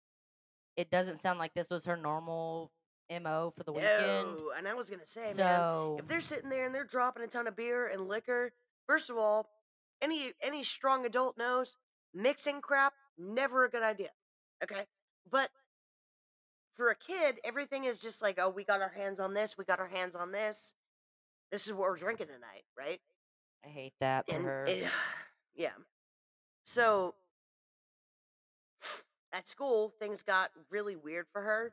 A: it doesn't sound like this was her normal mo for the weekend
B: No. Oh, And I was gonna say, man,
A: so
B: if they're sitting there and they're dropping a ton of beer and liquor, first of all, any any strong adult knows mixing crap never a good idea. Okay, but for a kid, everything is just like, oh, we got our hands on this, we got our hands on this. This is what we're drinking tonight, right?
A: i hate that for
B: And
A: her Mm.
B: it- yeah, so at school things got really weird for her.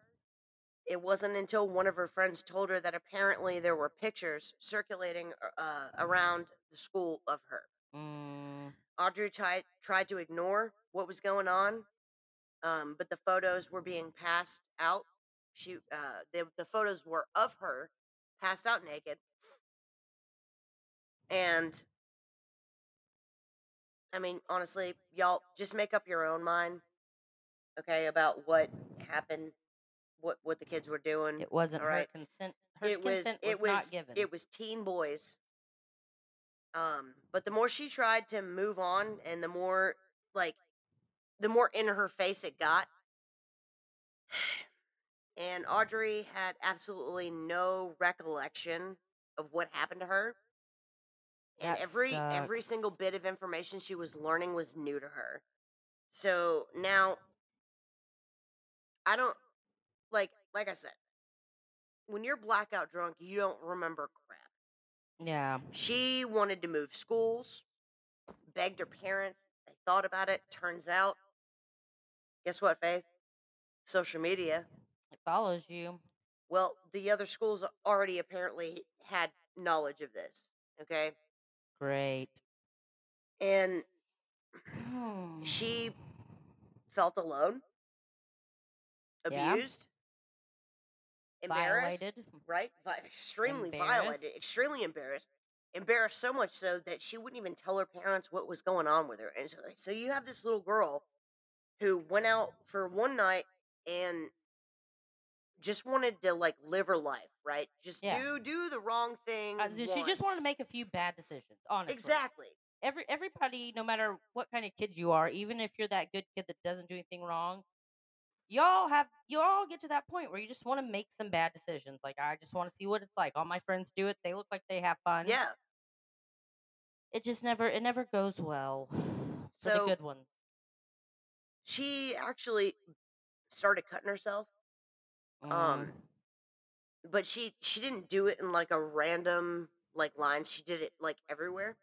B: It wasn't until one of her friends told her that apparently there were pictures circulating uh, around the school of her.
A: mm,
B: Audrey tried tried to ignore what was going on, um, but the photos were being passed out. She uh, the the photos were of her passed out naked, and I mean honestly, y'all just make up your own mind, okay, about what happened, what what the kids were doing.
A: it wasn't her
B: Mm, alright.
A: consent her consent was, not given
B: it was teen boys um but the more she tried to move on and the more like the more in her face it got and audrey had absolutely no recollection of what happened to her and
A: That
B: every every single
A: sucks.
B: bit of information she was learning was new to her so now i don't like like i said when you're blackout drunk you don't remember crap
A: yeah
B: She wanted to move schools, begged her parents. They thought about it. Turns out, guess what, Faith? Social media.
A: it follows you
B: Well, the other schools already apparently had knowledge of this. Okay.
A: great
B: And
A: Hmm. Mm.
B: she felt alone,
A: Yeah.
B: abused, embarrassed,
A: violated
B: right? Vi- extremely violated,
A: Embarrassed.
B: extremely embarrassed. Embarrassed so much so that she wouldn't even tell her parents what was going on with her. And so, so you have this little girl who went out for one night and just wanted to like live her life, right? Just
A: Yeah.
B: do do the wrong thing.
A: Uh, she she just wanted to
B: once.
A: make a few bad decisions, honestly.
B: exactly.
A: Every everybody, no matter what kind of kid you are, even if you're that good kid that doesn't do anything wrong, y'all have y'all get to that point where you just want to make some bad decisions. Like I just want to see what it's like. All my friends do it. They look like they have fun.
B: Yeah.
A: It just never it never goes well for the
B: So-
A: good ones.
B: She actually started cutting herself,
A: Mm-hmm.
B: Um, but she she didn't do it in like a random like line. She did it like everywhere.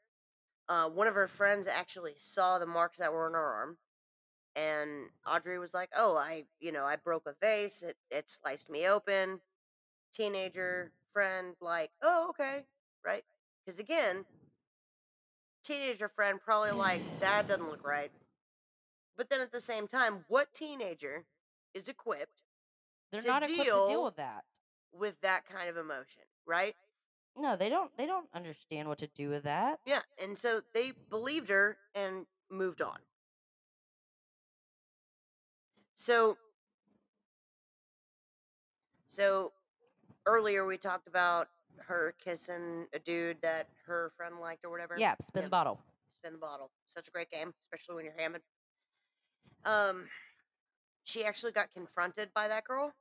B: Uh, one of her friends actually saw the marks that were on her arm, and Audrey was like, "Oh, I you know I broke a vase. It it sliced me open." Teenager friend like, "Oh, okay, right." Because again, teenager friend probably like that doesn't look right. But then at the same time, what teenager is equipped
A: They're
B: to
A: not equipped to
B: deal
A: deal with that.
B: with that kind of emotion, right?
A: No, they don't they don't understand what to do with that.
B: Yeah, and so they believed her and moved on. So so earlier we talked about her kissing a dude that her friend liked or whatever.
A: Yeah, spin
B: Yeah.
A: the bottle.
B: Spin the bottle. Such a great game, especially when you're hammered. Um she actually got confronted by that girl.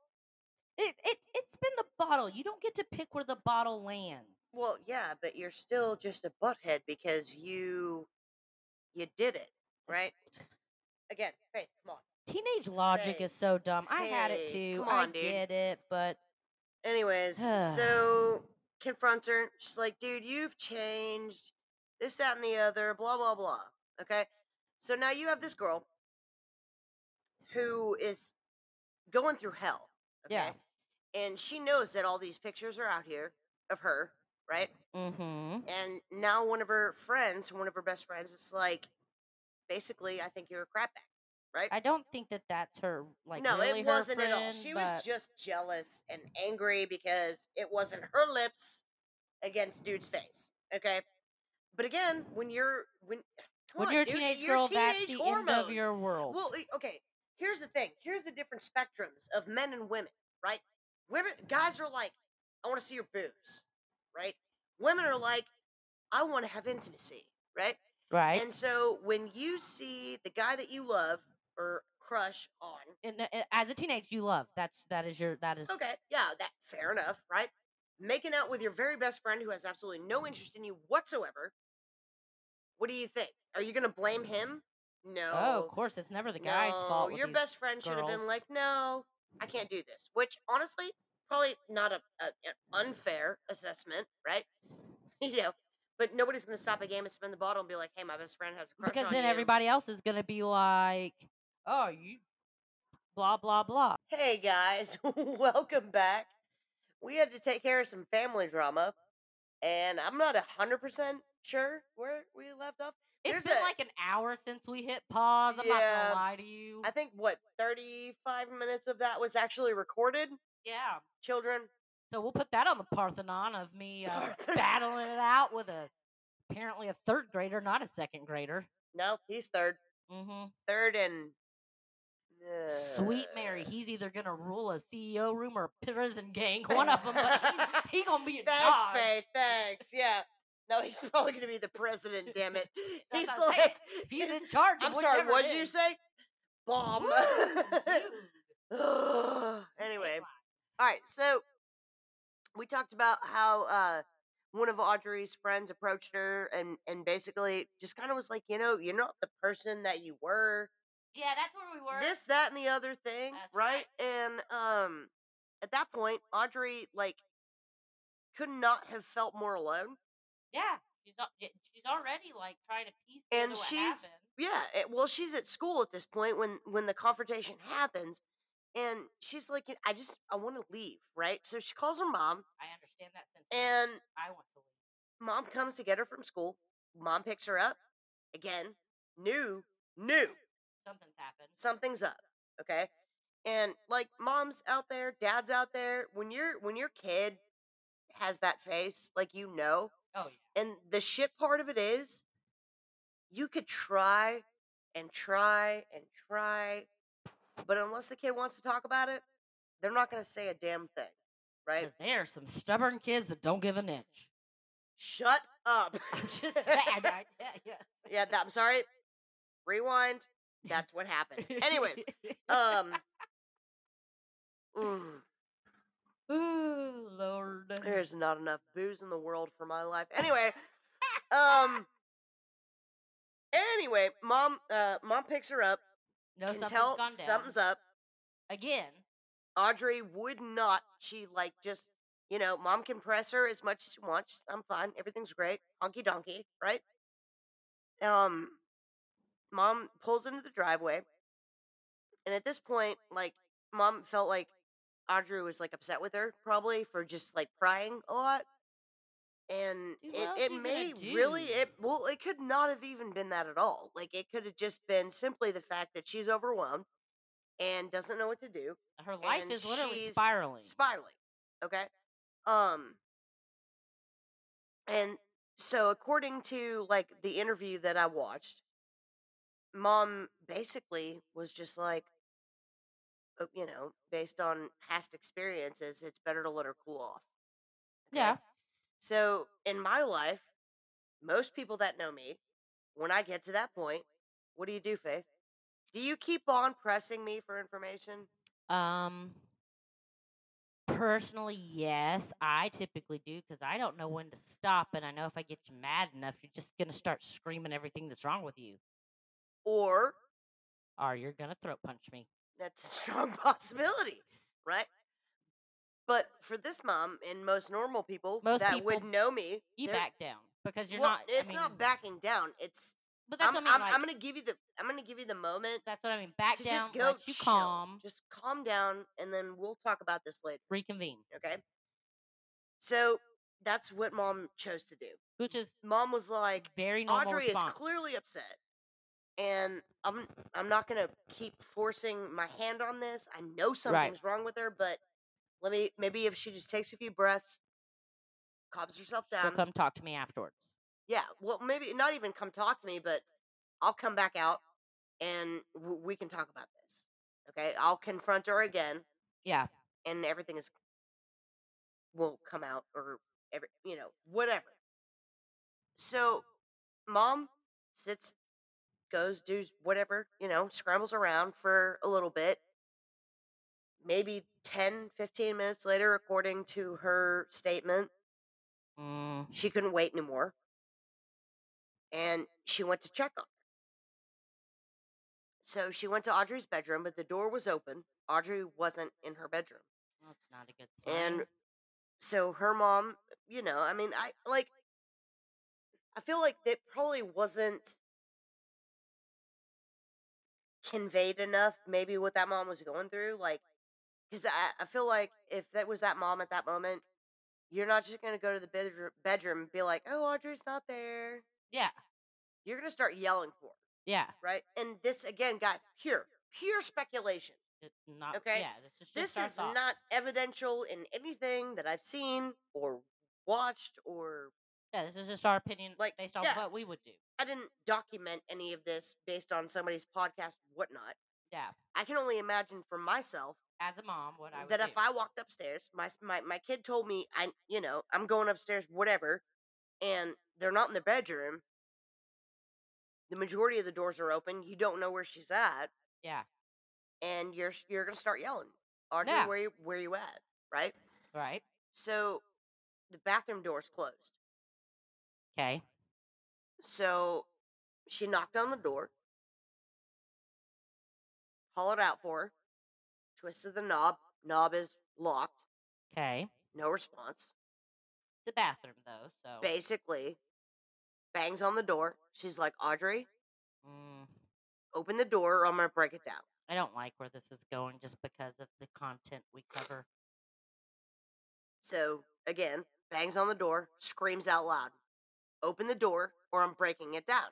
A: It, it it's been the bottle. You don't get to pick where the bottle lands.
B: Well, yeah, but you're still just a butthead because you you did it, right? Again, Faith, come on.
A: Teenage logic
B: Faye,
A: is so dumb. I had it
B: Faye,
A: too.
B: come on,
A: I
B: dude.
A: get it, but
B: Anyways, so confronts her. She's like, dude, you've changed this, that, and the other, blah, blah, blah. Okay. So now you have this girl who is going through hell. Okay.
A: Yeah.
B: And she knows that all these pictures are out here of her, right?
A: mm-hmm.
B: And now one of her friends, one of her best friends, is like, basically, I think you're a crap bag, right?
A: I don't think that that's her. Like,
B: no,
A: really
B: it
A: her
B: wasn't at all.
A: friend,
B: She
A: but-
B: was just jealous and angry because it wasn't her lips against dude's face. Okay, but again, when you're when come
A: when
B: on,
A: you're a
B: dude,
A: teenage
B: your
A: girl,
B: teenage
A: that's the end
B: hormones.
A: of your world.
B: well, e- okay. Here's the thing. Here's the different spectrums of men and women. Right? Women, guys are like, I want to see your boobs. Right? Women are like, I want to have intimacy. Right?
A: right?
B: And so when you see the guy that you love or crush on
A: And, uh, as a teenage, you love. That's that is your that is.
B: Okay, yeah, that fair enough, right? Making out with your very best friend who has absolutely no interest in you whatsoever. What do you think? Are you going to blame him? No.
A: Oh, of course, it's never the guy's fault.
B: no,
A: with
B: Your
A: these
B: best friend should have been
A: girls.
B: like, "No, I can't do this." Which honestly, probably not a, a an unfair assessment, right? you know, but nobody's going to stop a game and spin the bottle and be like, "Hey, my best friend has a crush
A: because
B: on
A: then
B: you."
A: everybody else is gonna be like, "Oh, you, blah blah blah."
B: Hey guys, welcome back. We had to take care of some family drama, and I'm not a hundred percent sure where we left off.
A: It's
B: There's
A: been
B: a-
A: like an hour since we hit pause. I'm not
B: Yeah.
A: gonna lie to you.
B: I think what 35 minutes of that was actually recorded.
A: yeah.
B: Children,
A: So we'll put that on the Parthenon of me uh,
B: Parthenon.
A: battling it out with a apparently a third grader, not a second grader.
B: no, he's third,
A: hmm
B: third, and
A: Sweet Mary,
B: Uh,
A: he's either gonna rule a CEO room or a prison gang, one of them, but he, he gonna be in
B: Thanks,
A: charge.
B: Faith. Thanks. Yeah. No, he's probably gonna be the president. damn it. He's
A: what I'm saying.
B: like,
A: He's in charge. Of
B: I'm sorry.
A: whichever
B: What
A: it
B: did you
A: is.
B: say? Bomb.
A: Woo, dude.
B: anyway. All right, so we talked about how uh, one of Audrey's friends approached her and and basically just kind of was like, you know, you're not the person that you were.
A: Yeah, that's where we were.
B: This, that, and the other thing,
A: That's
B: right?
A: right.
B: And um, at that point, Audrey like could not have felt more alone.
A: yeah, she's al- yeah, she's already like trying to piece
B: And
A: together what
B: she's-
A: happened.
B: Yeah, it- well, she's at school at this point when when the confrontation happens, and she's like, I just I want to leave, right? So she calls her mom,
A: I understand that sentiment.
B: and
A: I want to leave.
B: mom comes to get her from school. Mom picks her up. Again, new, new.
A: Something's happened.
B: Something's up. Okay. And like mom's out there, dad's out there. When your when your kid has that face, like you know.
A: Oh yeah.
B: And the shit part of it is you could try and try and try. But unless the kid wants to talk about it, They're not going to say a damn thing, right?
A: Because they are some stubborn kids that don't give an inch.
B: Shut up.
A: I'm just saying. I, yeah, yeah.
B: yeah, that, I'm sorry. Rewind. That's what happened. Anyways, um, mm,
A: Ooh, Lord.
B: there's not enough booze in the world for my life. Anyway, um, anyway, mom, uh, mom picks her up.
A: no,
B: Can
A: Oh, something's
B: tell
A: gone down.
B: something's up.
A: Again.
B: Audrey would not. She like just you know, mom can press her as much as she wants. I'm fine. Everything's great. Honky donkey, right? Um, mom pulls into the driveway, and at this point, like mom felt like Audrey was like upset with her probably for just like prying a lot. And
A: Dude, what
B: it,
A: else
B: it
A: you gonna
B: may really
A: do?
B: it well it could not have even been that at all. Like it could have just been simply the fact that she's overwhelmed and doesn't know what to do
A: Her life
B: And
A: is literally
B: she's
A: spiraling.
B: spiraling. Okay. Um and so according to like the interview that I watched, mom basically was just like uh, you know, based on past experiences, it's better to let her cool off.
A: yeah.
B: So in my life, most people that know me, when I get to that point, what do you do, Faith? Do you keep on pressing me for information?
A: Um personally, yes, I typically do because I don't know when to stop and I know if I get you mad enough, you're just gonna start screaming everything that's wrong with you.
B: Or
A: Or you're gonna throat punch me.
B: That's a strong possibility, right? But for this mom and most normal people
A: Most
B: that would
A: people,
B: know me,
A: You
B: they're-
A: back down. Because you're
B: well,
A: not
B: It's
A: I mean,
B: not backing down. It's
A: But that's
B: I'm,
A: what I mean,
B: I'm
A: like
B: I'm gonna give you the I'm gonna give you the moment
A: that's what I mean. Back
B: to
A: down,
B: just go
A: let you
B: chill,
A: calm,
B: just calm down, and then we'll talk about this later.
A: reconvene.
B: Okay? So that's what mom chose to do.
A: Which is
B: Mom was like,
A: very normal
B: Audrey
A: response.
B: is clearly upset. And I'm I'm not gonna keep forcing my hand on this. I know something's wrong with her, but let me maybe if she just takes a few breaths, calms herself
A: She'll
B: down.
A: come talk to me afterwards.
B: yeah, well maybe not even come talk to me, but I'll come back out and w- we can talk about this. Okay, I'll confront her again,
A: Yeah.
B: and everything is will come out or every you know whatever. So, mom sits goes, does whatever, you know, scrambles around for a little bit. Maybe 10, 15 minutes later, according to her statement,
A: Mm.
B: she couldn't wait anymore and she went to check on her. So she went to Audrey's bedroom, but the door was open. Audrey wasn't in her bedroom.
A: That's not a good sign.
B: And so her mom, you know, I mean, I like, I feel like that probably wasn't conveyed enough, maybe what that mom was going through. Like, because I, I feel like if that was that mom at that moment, you're not just gonna go to the bedroom bedroom and be like, "Oh, Audrey's not there."
A: yeah.
B: You're gonna start yelling for her,
A: Yeah.
B: right? And this again, guys, pure pure speculation.
A: It- not
B: Okay,
A: yeah this is
B: This
A: just our
B: is not
A: thoughts.
B: evidential in anything that I've seen or watched or
A: yeah this is just our opinion
B: like.
A: based on
B: yeah,
A: what we would do
B: I didn't document any of this based on somebody's podcast, whatnot.
A: yeah
B: I can only imagine for myself
A: as a mom what i would
B: that
A: do
B: if I walked upstairs, my, s- my my kid told me I you know I'm going upstairs, whatever, and they're not in the bedroom. The majority of the doors are open. You don't know where she's at,
A: yeah
B: and you're s- you're gonna start yelling, Audrey,
A: Yeah.
B: where you where you at, right?
A: right
B: So the bathroom door's closed.
A: okay
B: So she knocked on the door, hollered out for her, twisted the knob. Knob is locked.
A: okay
B: No response.
A: the bathroom though so
B: Basically, bangs on the door. She's like, Audrey,
A: mm,
B: open the door or I'm going to break it down.
A: i don't like where this is going just because of the content we cover
B: So again, bangs on the door, screams out loud, open the door or I'm breaking it down.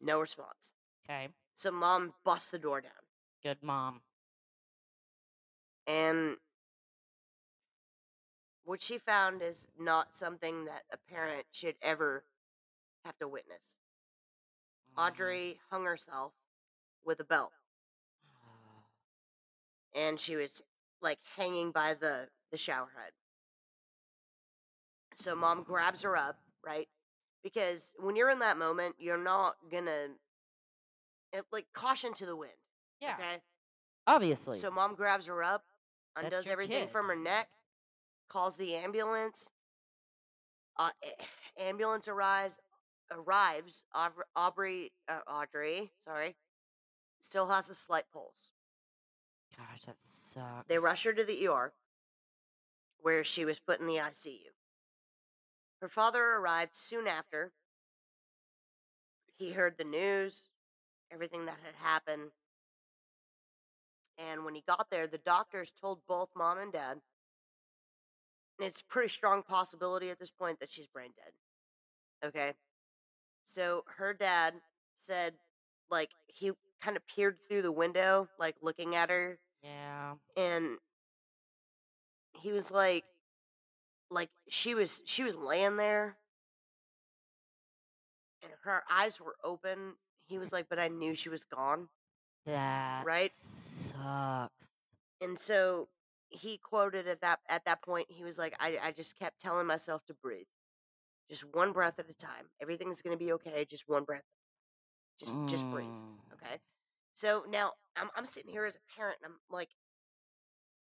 B: No response.
A: okay
B: So mom busts the door down.
A: good mom
B: And what she found is not something that a parent should ever have to witness.
A: Mm.
B: Audrey hung herself with a belt. and she was like hanging by the the shower head. So mom grabs her up, right? Because when you're in that moment, you're not gonna it, like caution to the wind.
A: Yeah.
B: Okay.
A: Obviously.
B: So mom grabs her up,
A: That's
B: undoes
A: your
B: everything
A: kid.
B: from her neck, calls the ambulance. Uh, a- ambulance arrives. Arrives. Aubr- Aubrey. Uh, Audrey. Sorry. Still has a slight pulse.
A: Gosh, that sucks.
B: They rush her to the ER, where she was put in the ICU. Her father arrived soon after. He heard the news, everything that had happened. And when he got there, the doctors told both mom and dad it's pretty strong possibility at this point that she's brain dead. Okay. So her dad said, like, he kind of peered through the window, like looking at her,
A: Yeah.
B: and he was like, like she was she was laying there and her eyes were open. He was like, but I knew she was gone.
A: That
B: Right?
A: sucks.
B: And so he quoted at that at that point, he was like, I, I just kept telling myself to breathe. Just one breath at a time. Everything's gonna be okay, just one breath. Just just breathe.
A: Mm.
B: Okay. So now I'm I'm sitting here as a parent and I'm like,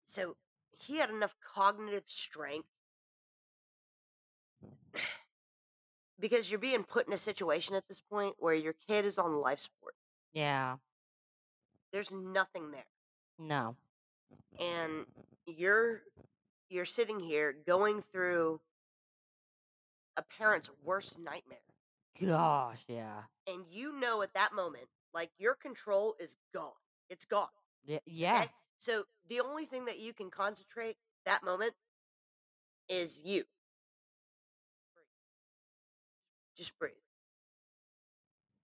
B: so he had enough cognitive strength because you're being put in a situation at this point where your kid is on life support.
A: Yeah.
B: There's nothing there.
A: No.
B: and you're you're sitting here going through a parent's worst nightmare
A: Gosh, yeah.
B: and you know at that moment like your control is gone it's gone
A: Y- Yeah.
B: okay? so the only thing that you can concentrate that moment is you just breathe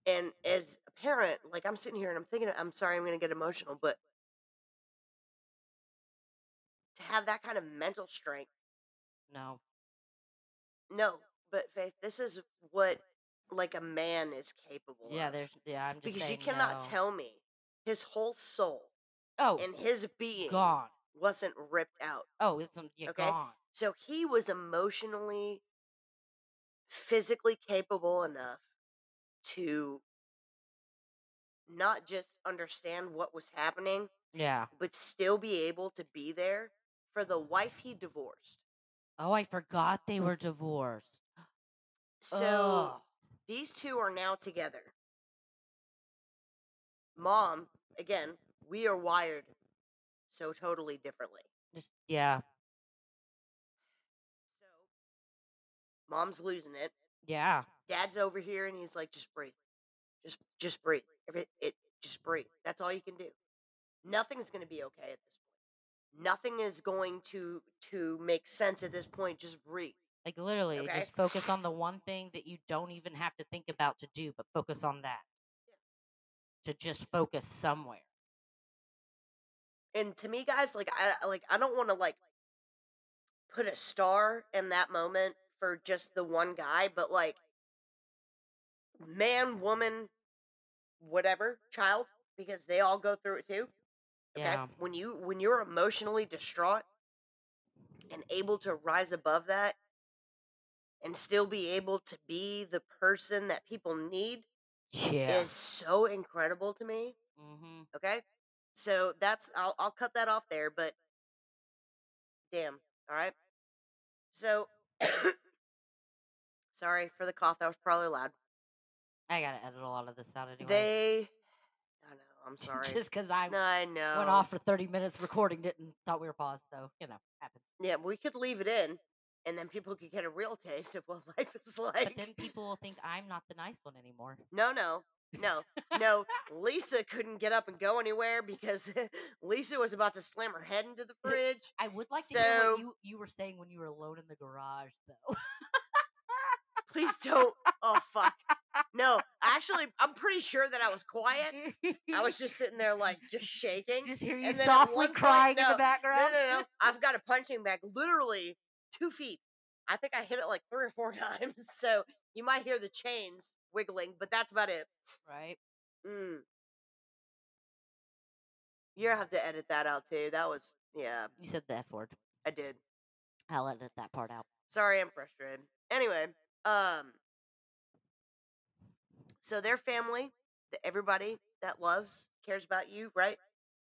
B: and as a parent like i'm sitting here and i'm thinking i'm sorry i'm gonna get emotional but to have that kind of mental strength
A: No.
B: no but faith this is what like a man is capable
A: Yeah,
B: of
A: there's yeah, I'm just
B: because you
A: saying
B: cannot
A: no.
B: tell me his whole soul
A: Oh,
B: and his being
A: gone.
B: wasn't ripped out.
A: Oh, it's um, yeah,
B: Okay.
A: gone.
B: So he was emotionally, physically capable enough to not just understand what was happening,
A: Yeah.
B: but still be able to be there for the wife he divorced.
A: Oh, I forgot they were divorced.
B: So
A: Ugh.
B: these two are now together. Mom, again, we are wired so totally differently.
A: Just yeah.
B: So mom's losing it.
A: Yeah.
B: dad's over here and he's like just breathe just just breathe Every, it just breathe that's all you can do nothing's going to be okay at this point nothing is going to to make sense at this point just breathe
A: Like literally,
B: Okay.
A: just focus on the one thing that you don't even have to think about to do, but focus on that. To just focus somewhere.
B: and to me guys like i I- like i don't want to like put a star in that moment for just the one guy but like man woman whatever child because they all go through it too okay
A: Yeah.
B: when you when you're emotionally distraught and able to rise above that and still be able to be the person that people need
A: Yeah.
B: is so incredible to me
A: Mm-hmm.
B: okay so that's I'll, I'll cut that off there but damn all right so sorry for the cough that was probably loud
A: I gotta edit a lot of this out anyway.
B: they i know i'm sorry
A: just because I
B: i know
A: went off for 30 minutes recording didn't thought we were paused so you know happens
B: yeah we could leave it in and then people could get a real taste of what life is like
A: but then people will think i'm not the nice one anymore
B: No, no, no, no. Lisa couldn't get up and go anywhere because Lisa was about to slam her head into the fridge.
A: i would like to hear
B: So-
A: what you, you were saying when you were alone in the garage though
B: Please don't. Oh, fuck. No, actually, I'm pretty sure that I was quiet. I was just sitting there, like, just shaking.
A: just hear you
B: and then at
A: softly
B: one point-
A: crying in
B: no,
A: the
B: No,
A: background
B: no, no. I've got a punching bag literally two feet. I think I hit it like three or four times. So you might hear the chains wiggling, but that's about it.
A: right
B: Mm. You have to edit that out too. That was yeah,
A: You said the F word.
B: I did.
A: I'll edit that part out.
B: Sorry, I'm frustrated. Anyway, um, so their family, th- everybody that loves cares about you, right?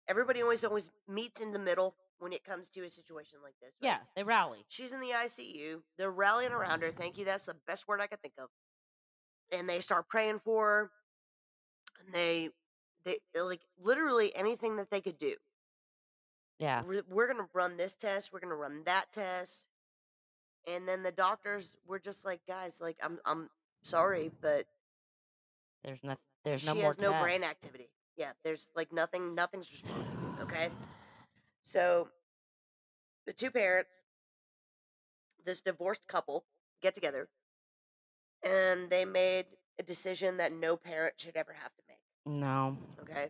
B: Everybody always always meets in the middle when it comes to a situation like this. right?
A: Yeah, they rally.
B: She's in the ICU. They're rallying around her. Thank you. That's the best word I could think of. And they start praying for her. And they, they they're like literally anything that they could do.
A: Yeah.
B: We're, we're gonna run this test. We're gonna run that test. And then the doctors were just like, guys, like I'm I'm sorry, but
A: There's no there's
B: she
A: no more
B: has no brain
A: tests.
B: activity. Yeah, there's like nothing. Nothing's responding. Okay. So the two parents, this divorced couple, get together and they made a decision that no parent should ever have to make.
A: No.
B: Okay.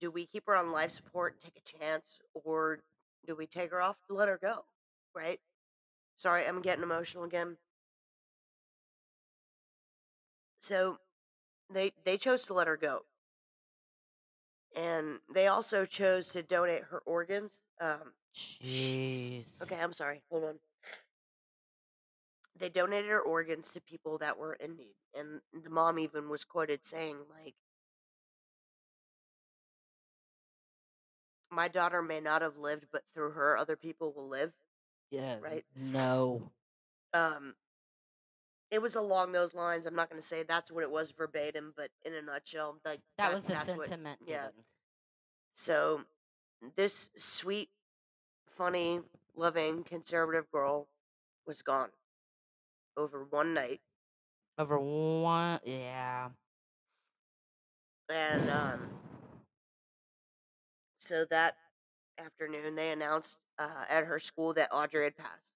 B: Do we keep her on life support and take a chance or do we take her off and let her go? Right? Sorry, I'm getting emotional again. So they they chose to let her go. And they also chose to donate her organs um,
A: Jeez.
B: Okay, I'm sorry. Hold on. They donated her organs to people that were in need. And the mom even was quoted saying, like, my daughter may not have lived, but through her, other people will live.
A: Yes.
B: right.
A: No.
B: Um, it was along those lines. I'm not going to say that's what it was verbatim, but in a nutshell, like
A: That was the
B: that's what-
A: sentiment.
B: yeah.
A: given.
B: So, this sweet, funny, loving, conservative girl was gone over one night.
A: Over one. Yeah.
B: And um, so that afternoon, they announced uh, at her school that Audrey had passed.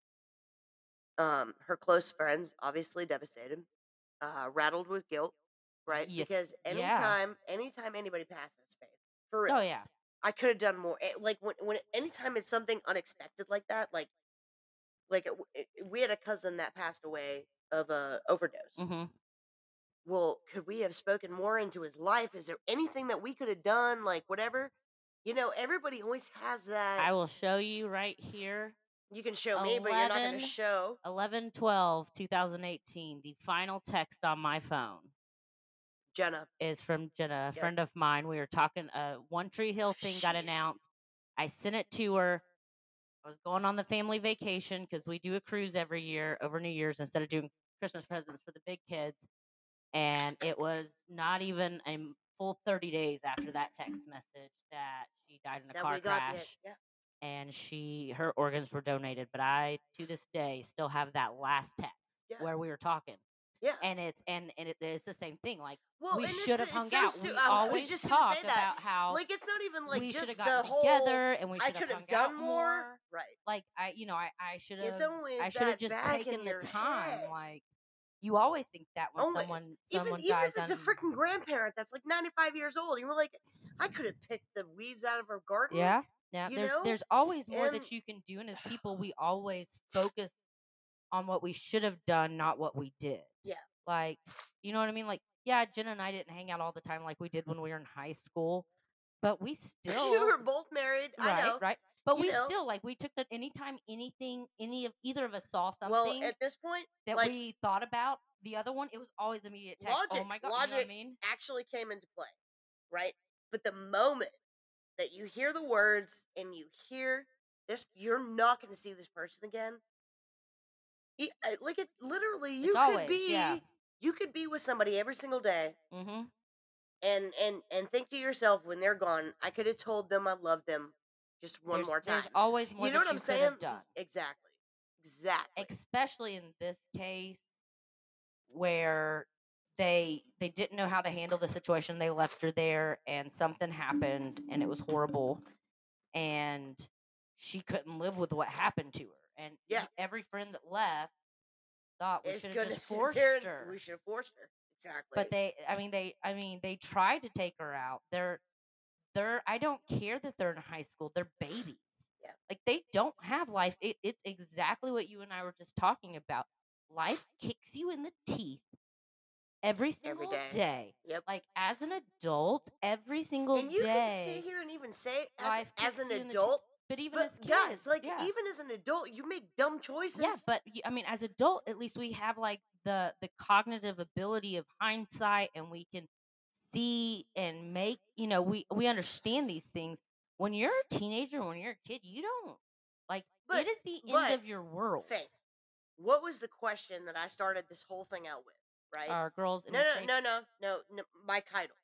B: Um, her close friends, obviously devastated, uh, rattled with guilt, right?
A: Yes.
B: Because
A: Yeah.
B: anytime, anytime anybody passes, faith for real,
A: Oh yeah.
B: I could have done more. Eh, Like when, when anytime it's something unexpected like that, like like uh, it, it, eh, we had a cousin that passed away of a overdose.
A: Mhm.
B: well, could we have spoken more into his life? Is there anything that we could have done? Like, whatever. You know, everybody always has that.
A: I will show you right here.
B: you can show me, but you're not going to
A: 11.
B: show.
A: 11 12 2018 the final text on my phone
B: Jenna,
A: is from jenna a
B: Yep.
A: friend of mine we were talking uh one tree hill thing got
B: Jeez.
A: announced i sent it to her i was going on the family vacation because we do a cruise every year over new year's instead of doing christmas presents for the big kids and it was not even a m- full 30 days after that text message that she died in a
B: that
A: car
B: we got
A: crash
B: it. Yeah.
A: and she her organs were donated but i to this day still have that last text
B: Yeah.
A: where we were talking
B: Yeah.
A: and it's and and it, it's the same thing like
B: Well,
A: we
B: and it's-
A: should have
B: it's
A: hung
B: so
A: out
B: stu-
A: we
B: I- I was
A: always
B: just gonna
A: talk
B: say that.
A: about how
B: Like, it's not even like
A: we should have
B: just the
A: gotten
B: whole.
A: together and we
B: I
A: should
B: could
A: have
B: have
A: hung out
B: done more. Right.
A: like i you know i i should have
B: It's always
A: i should have
B: that
A: just
B: back in
A: taken the
B: your
A: time
B: head.
A: like you always think that when
B: Always.
A: someone
B: even
A: someone
B: even
A: dies
B: if it's a
A: on
B: freaking grandparent that's like 95 years old, you were like, I could have picked the weeds out of her garden.
A: Yeah. Yeah.
B: you
A: There's
B: know?
A: there's always more
B: And-
A: that you can do and as people we always focus on what we should have done, not what we did.
B: Yeah.
A: Like, you know what I mean? Like, yeah, Jen and I didn't hang out all the time like we did when we were in high school, but we still
B: you were both married. I know.
A: right, right. But
B: you
A: we
B: know.
A: still like we took that anytime anything any of either of us saw something
B: Well, at this point,
A: that
B: like-
A: we thought about the other one, it was always immediate text. oh
B: Logic-
A: my god, you know what I
B: logic
A: mean?
B: actually came into play, right? But the moment that you hear the words and you hear this, you're not going to see this person again. E- uh, Like it, literally, you could
A: always,
B: be,
A: yeah.
B: you could be with somebody every single day,
A: Mm-hmm.
B: and and and think to yourself when they're gone, I could have told them I love them just one
A: there's,
B: more time.
A: There's always more
B: you know
A: that
B: what I'm
A: you could
B: saying?
A: have done.
B: Exactly, exactly.
A: especially in this case where they they didn't know how to handle the situation they left her there and something happened and it was horrible and she couldn't live with what happened to her and
B: Yeah.
A: e- every friend that left thought we
B: It's
A: should
B: good
A: have
B: to
A: just
B: sit
A: forced
B: there and-
A: her
B: We should have forced her. Exactly.
A: but they i mean they i mean they tried to take her out they're they're i don't care that they're in high school they're babies
B: Yeah.
A: like they don't have life it, it's exactly what you and i were just talking about life kicks you in the teeth every
B: Every
A: single
B: day.
A: day.
B: Yep.
A: Like as an adult, every single
B: and you can
A: day.
B: sit here and even say as,
A: life
B: as
A: kicks
B: an
A: you in the teeth.
B: adult,
A: but even
B: but
A: as kids,
B: guys, like
A: yeah.
B: even as an adult, you make dumb choices.
A: yeah, but y- I mean, as adult, at least we have like the the cognitive ability of hindsight, and we can see and make. You know, we we understand these things. When you're a teenager, when you're a kid, you don't like.
B: But-
A: it is the end
B: but
A: of your world.
B: Faith, what was the question that I started this whole thing out with? Right?
A: Our girls, in
B: no,
A: the
B: no,
A: street,
B: no, no, no, no. My title: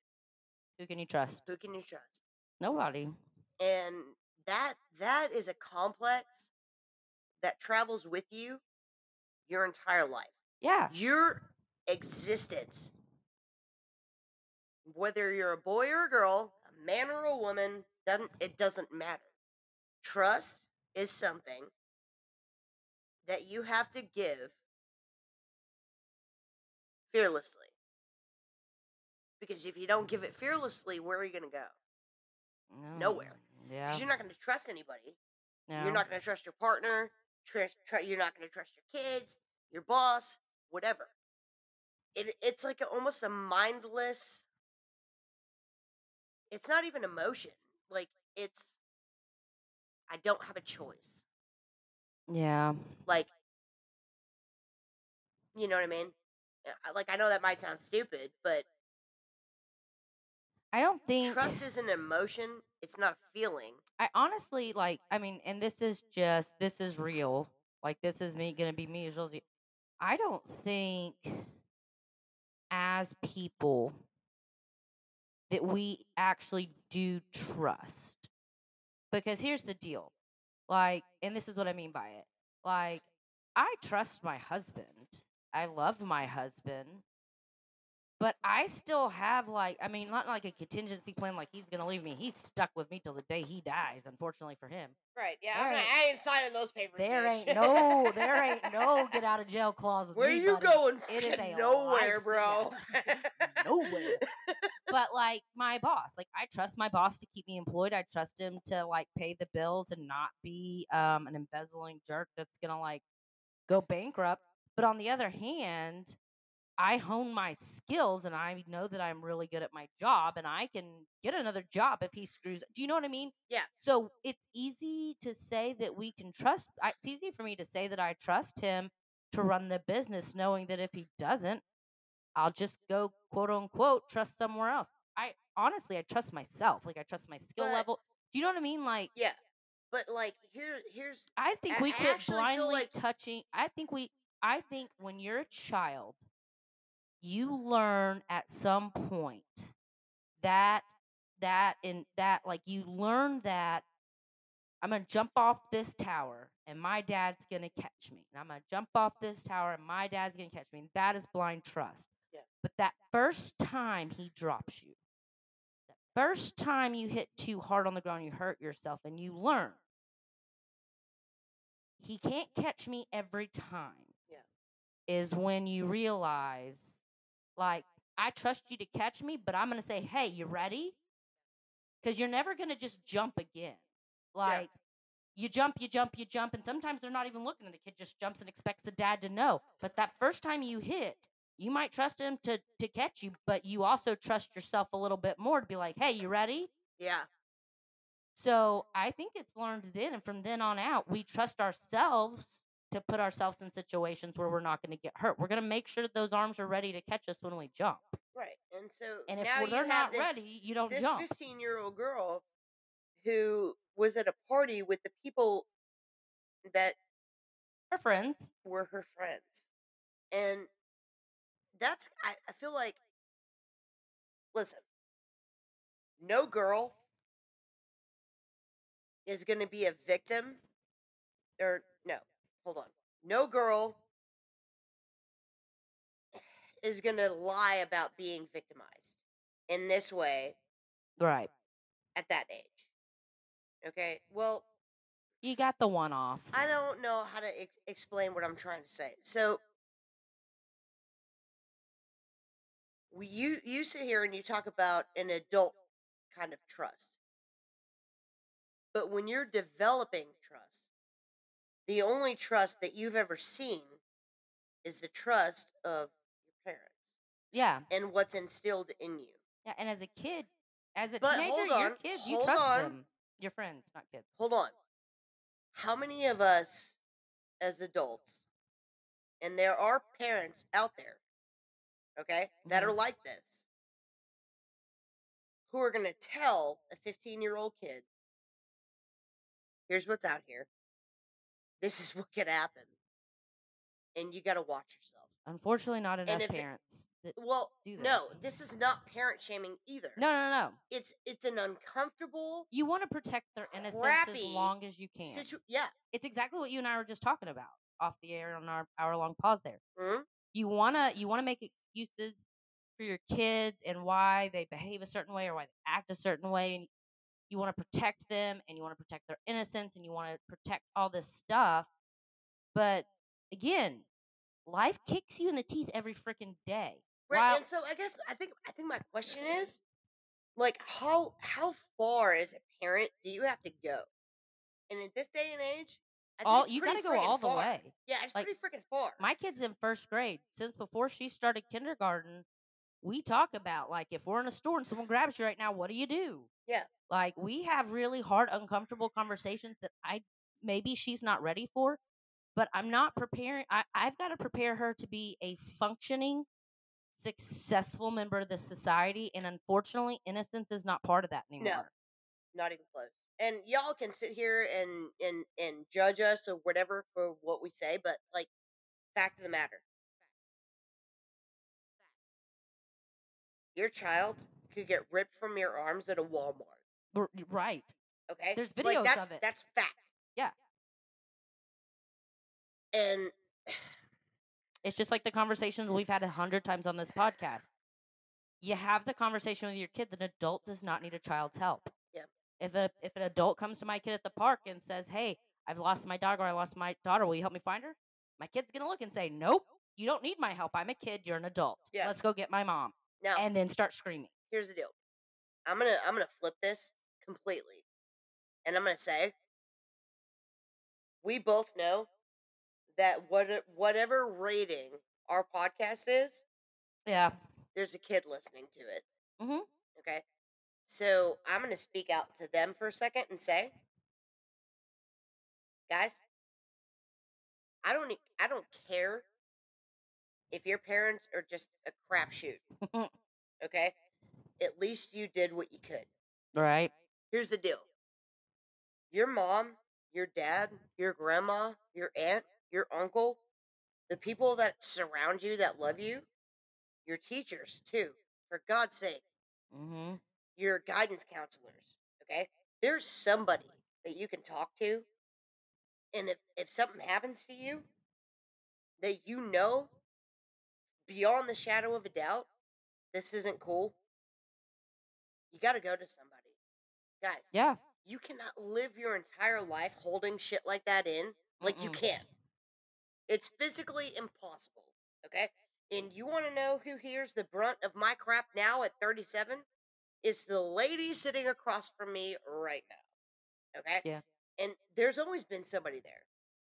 A: Who can you trust?
B: Who can you trust?
A: Nobody.
B: And that that is a complex that travels with you your entire life.
A: Yeah.
B: Your existence, whether you're a boy or a girl, a man or a woman, doesn't it doesn't matter. Trust is something that you have to give fearlessly. Because if you don't give it fearlessly, where are you going to go? Nowhere.
A: No, Mm, Yeah.
B: 'Cause you're not going to trust anybody.
A: no.
B: You're not going to trust your partner. Trust, tr- you're not going to trust your kids, your boss, whatever. It, it's like a, almost a mindless. It's not even emotion. Like it's, I don't have a choice.
A: Yeah.
B: Like, you know what I mean? Uh, I- Like I know that might sound stupid, but
A: I don't think
B: trust is an emotion. It's not a feeling.
A: I honestly like. I mean, and this is just this is real. Like this is me gonna be me as Josie. I don't think as people that we actually do trust because here's the deal. Like, and this is what I mean by it. Like, I trust my husband. I love my husband. But I still have like I mean not like a contingency plan like he's gonna leave me. He's stuck with me till the day he dies, unfortunately for him.
B: Right? Yeah.
A: I'm There not- ain't-
B: I ain't signing those papers.
A: There ain't no there ain't no get out of jail clause with
B: Where
A: me,
B: you
A: buddy.
B: going?
A: It is
B: Frickin'
A: a
B: nowhere,
A: life
B: bro.
A: Nowhere. But like my boss, like I trust my boss to keep me employed. I trust him to like pay the bills and not be um an embezzling jerk that's gonna like go bankrupt. But on the other hand, I hone my skills and I know that I'm really good at my job and I can get another job if he screws. Do you know what I mean?
B: Yeah.
A: So it's easy to say that we can trust. I- It's easy for me to say that I trust him to run the business, knowing that if he doesn't, I'll just go quote unquote trust somewhere else. I honestly, I trust myself. Like I trust my skill
B: But-
A: level. Do you know what I mean? Like
B: yeah, but like here, here's
A: I think
B: I-
A: we
B: I
A: quit
B: actually feel
A: blindly
B: like-
A: touching. I think we. I think when you're a child, you learn at some point that that and that like you learn that I'm gonna jump off this tower and my dad's gonna catch me, and I'm gonna jump off this tower and my dad's gonna catch me. And that is blind trust.
B: Yeah.
A: But that first time he drops you, that first time you hit too hard on the ground, you hurt yourself, and you learn he can't catch me every time.
B: Yeah.
A: Is when you realize, like, I trust you to catch me, but I'm going to say, hey, you ready? Because you're never going to just jump again. Like, you jump, you jump, you jump. And sometimes they're not even looking, and the kid just jumps and expects the dad to know. But that first time you hit, you might trust him to, to catch you, but you also trust yourself a little bit more to be like, hey, you ready?
B: yeah,
A: So I think it's learned then, and from then on out, we trust ourselves to put ourselves in situations where we're not going to get hurt. We're going to make sure that those arms are ready to catch us when we jump.
B: right. And so
A: And if
B: now
A: we're-
B: you
A: they're
B: have
A: not
B: this,
A: ready, you don't
B: this
A: jump.
B: 15 year old girl who was at a party with the people that
A: Our friends,
B: were her friends, and that's I, I feel like. Listen, no girl is going to be a victim or no hold on no girl is going to lie about being victimized in this way
A: right?
B: at that age okay well
A: You got the one offs.
B: i don't know how to ex- explain what i'm trying to say so we- you you sit here and you talk about an adult kind of trust but when you're developing trust the only trust that you've ever seen is the trust of your parents
A: Yeah.
B: and what's instilled in you.
A: Yeah. And as a kid, as a
B: But
A: teenager,
B: hold
A: your
B: on,
A: kids, you
B: hold
A: trust
B: on.
A: them. Your friends, not kids.
B: Hold on. How many of us as adults, and there are parents out there, okay, that are
A: Mhm.
B: like this, who are going to tell a 15 year old kid, here's what's out here, this is what could happen, and you got to watch yourself.
A: Unfortunately, not enough
B: if it-
A: parents. that-
B: Well,
A: Do that.
B: no, this is not parent shaming either.
A: No, no, no. no.
B: It's it's an uncomfortable
A: You want to protect their innocence as
B: Crappy
A: long as you can.
B: situation. Yeah.
A: it's exactly what you and I were just talking about off the air on our hour long pause there.
B: mhm,
A: You wanna you wanna make excuses for your kids and why they behave a certain way or why they act a certain way and you wanna protect them and you wanna protect their innocence and you wanna protect all this stuff. But again, life kicks you in the teeth every freaking day.
B: Right.
A: Wow.
B: And so I guess I think I think my question is like how how far as a parent do you have to go? And in this day and age, I think
A: all
B: it's
A: you gotta
B: pretty
A: go
B: friggin'
A: all the
B: far.
A: way.
B: Yeah, it's
A: Like,
B: pretty freaking far.
A: my kid's in first grade. Since before she started kindergarten, we talk about like if we're in a store and someone grabs you right now, what do you do?
B: Yeah.
A: Like we have really hard, uncomfortable conversations that I maybe she's not ready for, but I'm not preparing. I, I've got to prepare her to be a functioning, successful member of the society. And unfortunately, innocence is not part of that anymore.
B: Not even close. And y'all can sit here and and and judge us or whatever for what we say, but like fact of the matter. Your child could get ripped from your arms at a Walmart.
A: R- Right.
B: Okay.
A: There's videos
B: like, that's,
A: of it.
B: That's fact.
A: Yeah.
B: And
A: It's just like the conversations we've had a hundred times on this podcast. You have the conversation with your kid. That an adult does not need a child's help.
B: Yeah.
A: If a if an adult comes to my kid at the park and says, "Hey, I've lost my dog or I lost my daughter. Will you help me find her?" My kid's gonna look and say, "Nope, you don't need my help. I'm a kid. You're an adult.
B: Yeah.
A: Let's go get my mom."
B: now
A: And then start screaming.
B: here's the deal. I'm gonna I'm gonna flip this completely, and I'm gonna say we both know that what whatever rating our podcast is,
A: Yeah.
B: there's a kid listening to it.
A: Mhm.
B: Okay, so I'm gonna speak out to them for a second and say, guys, I don't e- I don't care if your parents are just a crapshoot. okay, at least you did what you could.
A: Right.
B: here's the deal your mom your dad your grandma your aunt your uncle the people that surround you that love you your teachers too for god's sake
A: Mm-hmm.
B: your guidance counselors okay there's somebody that you can talk to and if, if something happens to you that you know beyond the shadow of a doubt this isn't cool you got to go to somebody guys
A: Yeah.
B: you cannot live your entire life holding shit like that in. Like you
A: Mm-mm.
B: can't. It's physically impossible. Okay? And you want to know who hears the brunt of my crap now at 37? It's the lady sitting across from me right now. Okay?
A: Yeah.
B: And there's always been somebody there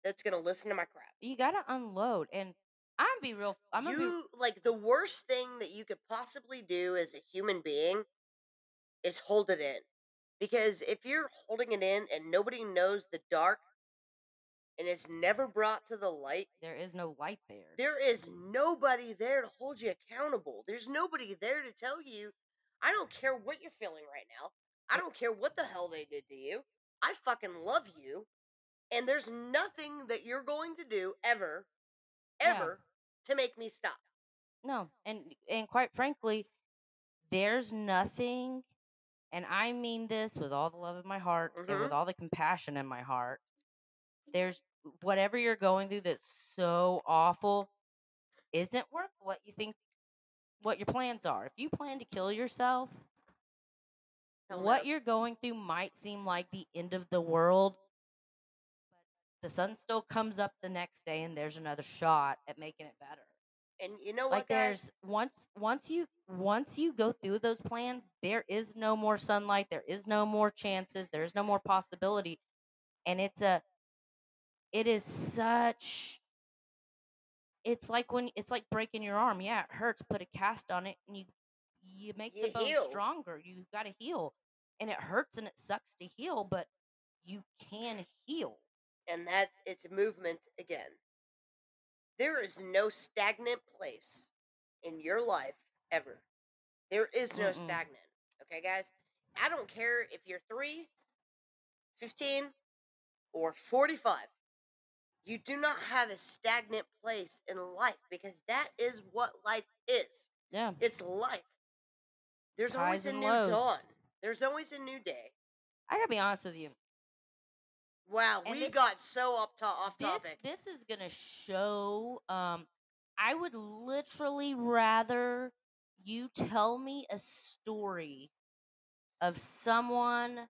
B: that's going to listen to my crap.
A: You gotta unload. And I'm gonna be real. I'm gonna be
B: you like the worst thing that you could possibly do as a human being is hold it in. Because if you're holding it in and nobody knows the dark and it's never brought to the light,
A: there is no light there.
B: there is
A: Mm-hmm.
B: nobody there to hold you accountable. There's nobody there to tell you, I don't care what you're feeling right now. I don't care what the hell they did to you. I fucking love you. And there's nothing that you're going to do ever,
A: Yeah.
B: ever to make me stop.
A: No, and and quite frankly, there's nothing, and I mean this with all the love of my heart and
B: Mm-hmm.
A: with all the compassion in my heart. There's whatever you're going through that's so awful isn't worth what you think what your plans are. If you plan to kill yourself,
B: Hell no.
A: what you're going through might seem like the end of the world, but the sun still comes up the next day and there's another shot at making it better
B: And you know what,
A: like
B: guys?
A: there's once once you once you go through those plans there is no more sunlight there is no more chances there is no more possibility and it's a it is such it's like when it's like breaking your arm. Yeah, it hurts. Put a cast on it, and you you make the
B: You
A: bone
B: heal.
A: stronger. You got to heal, and it hurts and it sucks to heal, but you can heal.
B: and that it's movement again. There is no stagnant place in your life ever. There is no
A: Mm-mm.
B: stagnant. Okay, guys? I don't care if you're 3, 15, or 45. You do not have a stagnant place in life because that is what life is.
A: Yeah,
B: It's life. There's always
A: Highs
B: a
A: and
B: new
A: lows.
B: dawn. There's always a new day.
A: I gotta be honest with you.
B: Wow,
A: And
B: we
A: this-
B: got so off, to- off
A: this
B: topic.
A: this is gonna show um i would literally rather you tell me a story of someone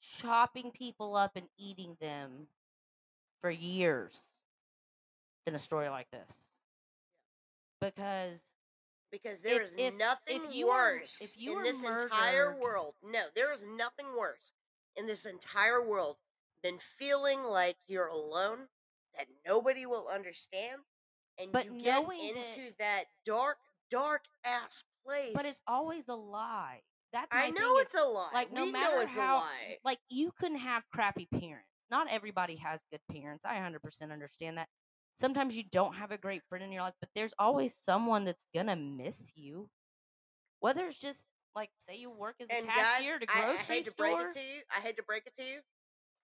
A: chopping people up and eating them for years than a story like this because
B: because there
A: If-
B: is
A: if- if
B: nothing
A: you are- if
B: worse
A: you
B: in
A: are
B: this entire
A: murdered-
B: world. No, there is nothing worse in this entire world than feeling like you're alone, that nobody will understand, and
A: But
B: you get
A: knowing
B: into that dark, dark ass place.
A: but it's always a lie that's my
B: I know
A: thing,
B: it's a lie.
A: like no
B: we know
A: matter
B: it's
A: how
B: a lie.
A: like you can have crappy parents not everybody has good parents i 100% understand that sometimes you don't have a great friend in your life but there's always someone that's gonna miss you whether it's just like say you work as a
B: and guys,
A: cashier at a
B: I, I
A: grocery
B: hate to
A: store
B: break it to you. I hate to break it to you.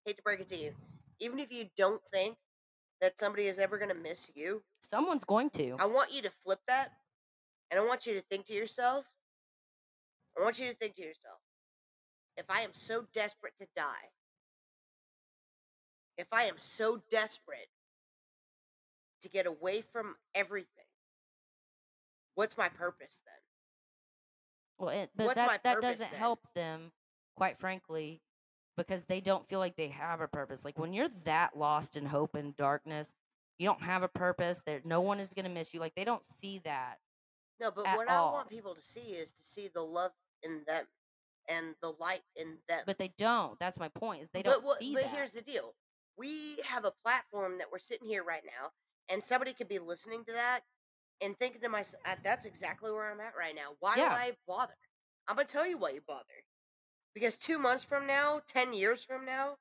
B: Hate to break it to you. Even if you don't think that somebody is ever going to miss you,
A: someone's going to
B: I want you to flip that and I want you to think to yourself, I want you to think to yourself, if I am so desperate to die, if I am so desperate to get away from everything, what's my purpose then?
A: well it, but
B: What's my
A: that, that
B: purpose
A: doesn't
B: then?
A: help them quite frankly because they don't feel like they have a purpose like when you're that lost in hope and darkness you don't have a purpose that no one is gonna miss you like they don't see that
B: No, but
A: At
B: what
A: all.
B: I want people to see is to see the love in them and the light in them.
A: but they don't. That's my point. Is they
B: But
A: don't
B: what-
A: see
B: but
A: that.
B: here's the deal: we have a platform that we're sitting here right now, and somebody could be listening to that and thinking to myself, "That's exactly where I'm at right now. Why
A: Yeah.
B: do I bother?" I'm gonna tell you why you bother. Because two months from now, ten years from now,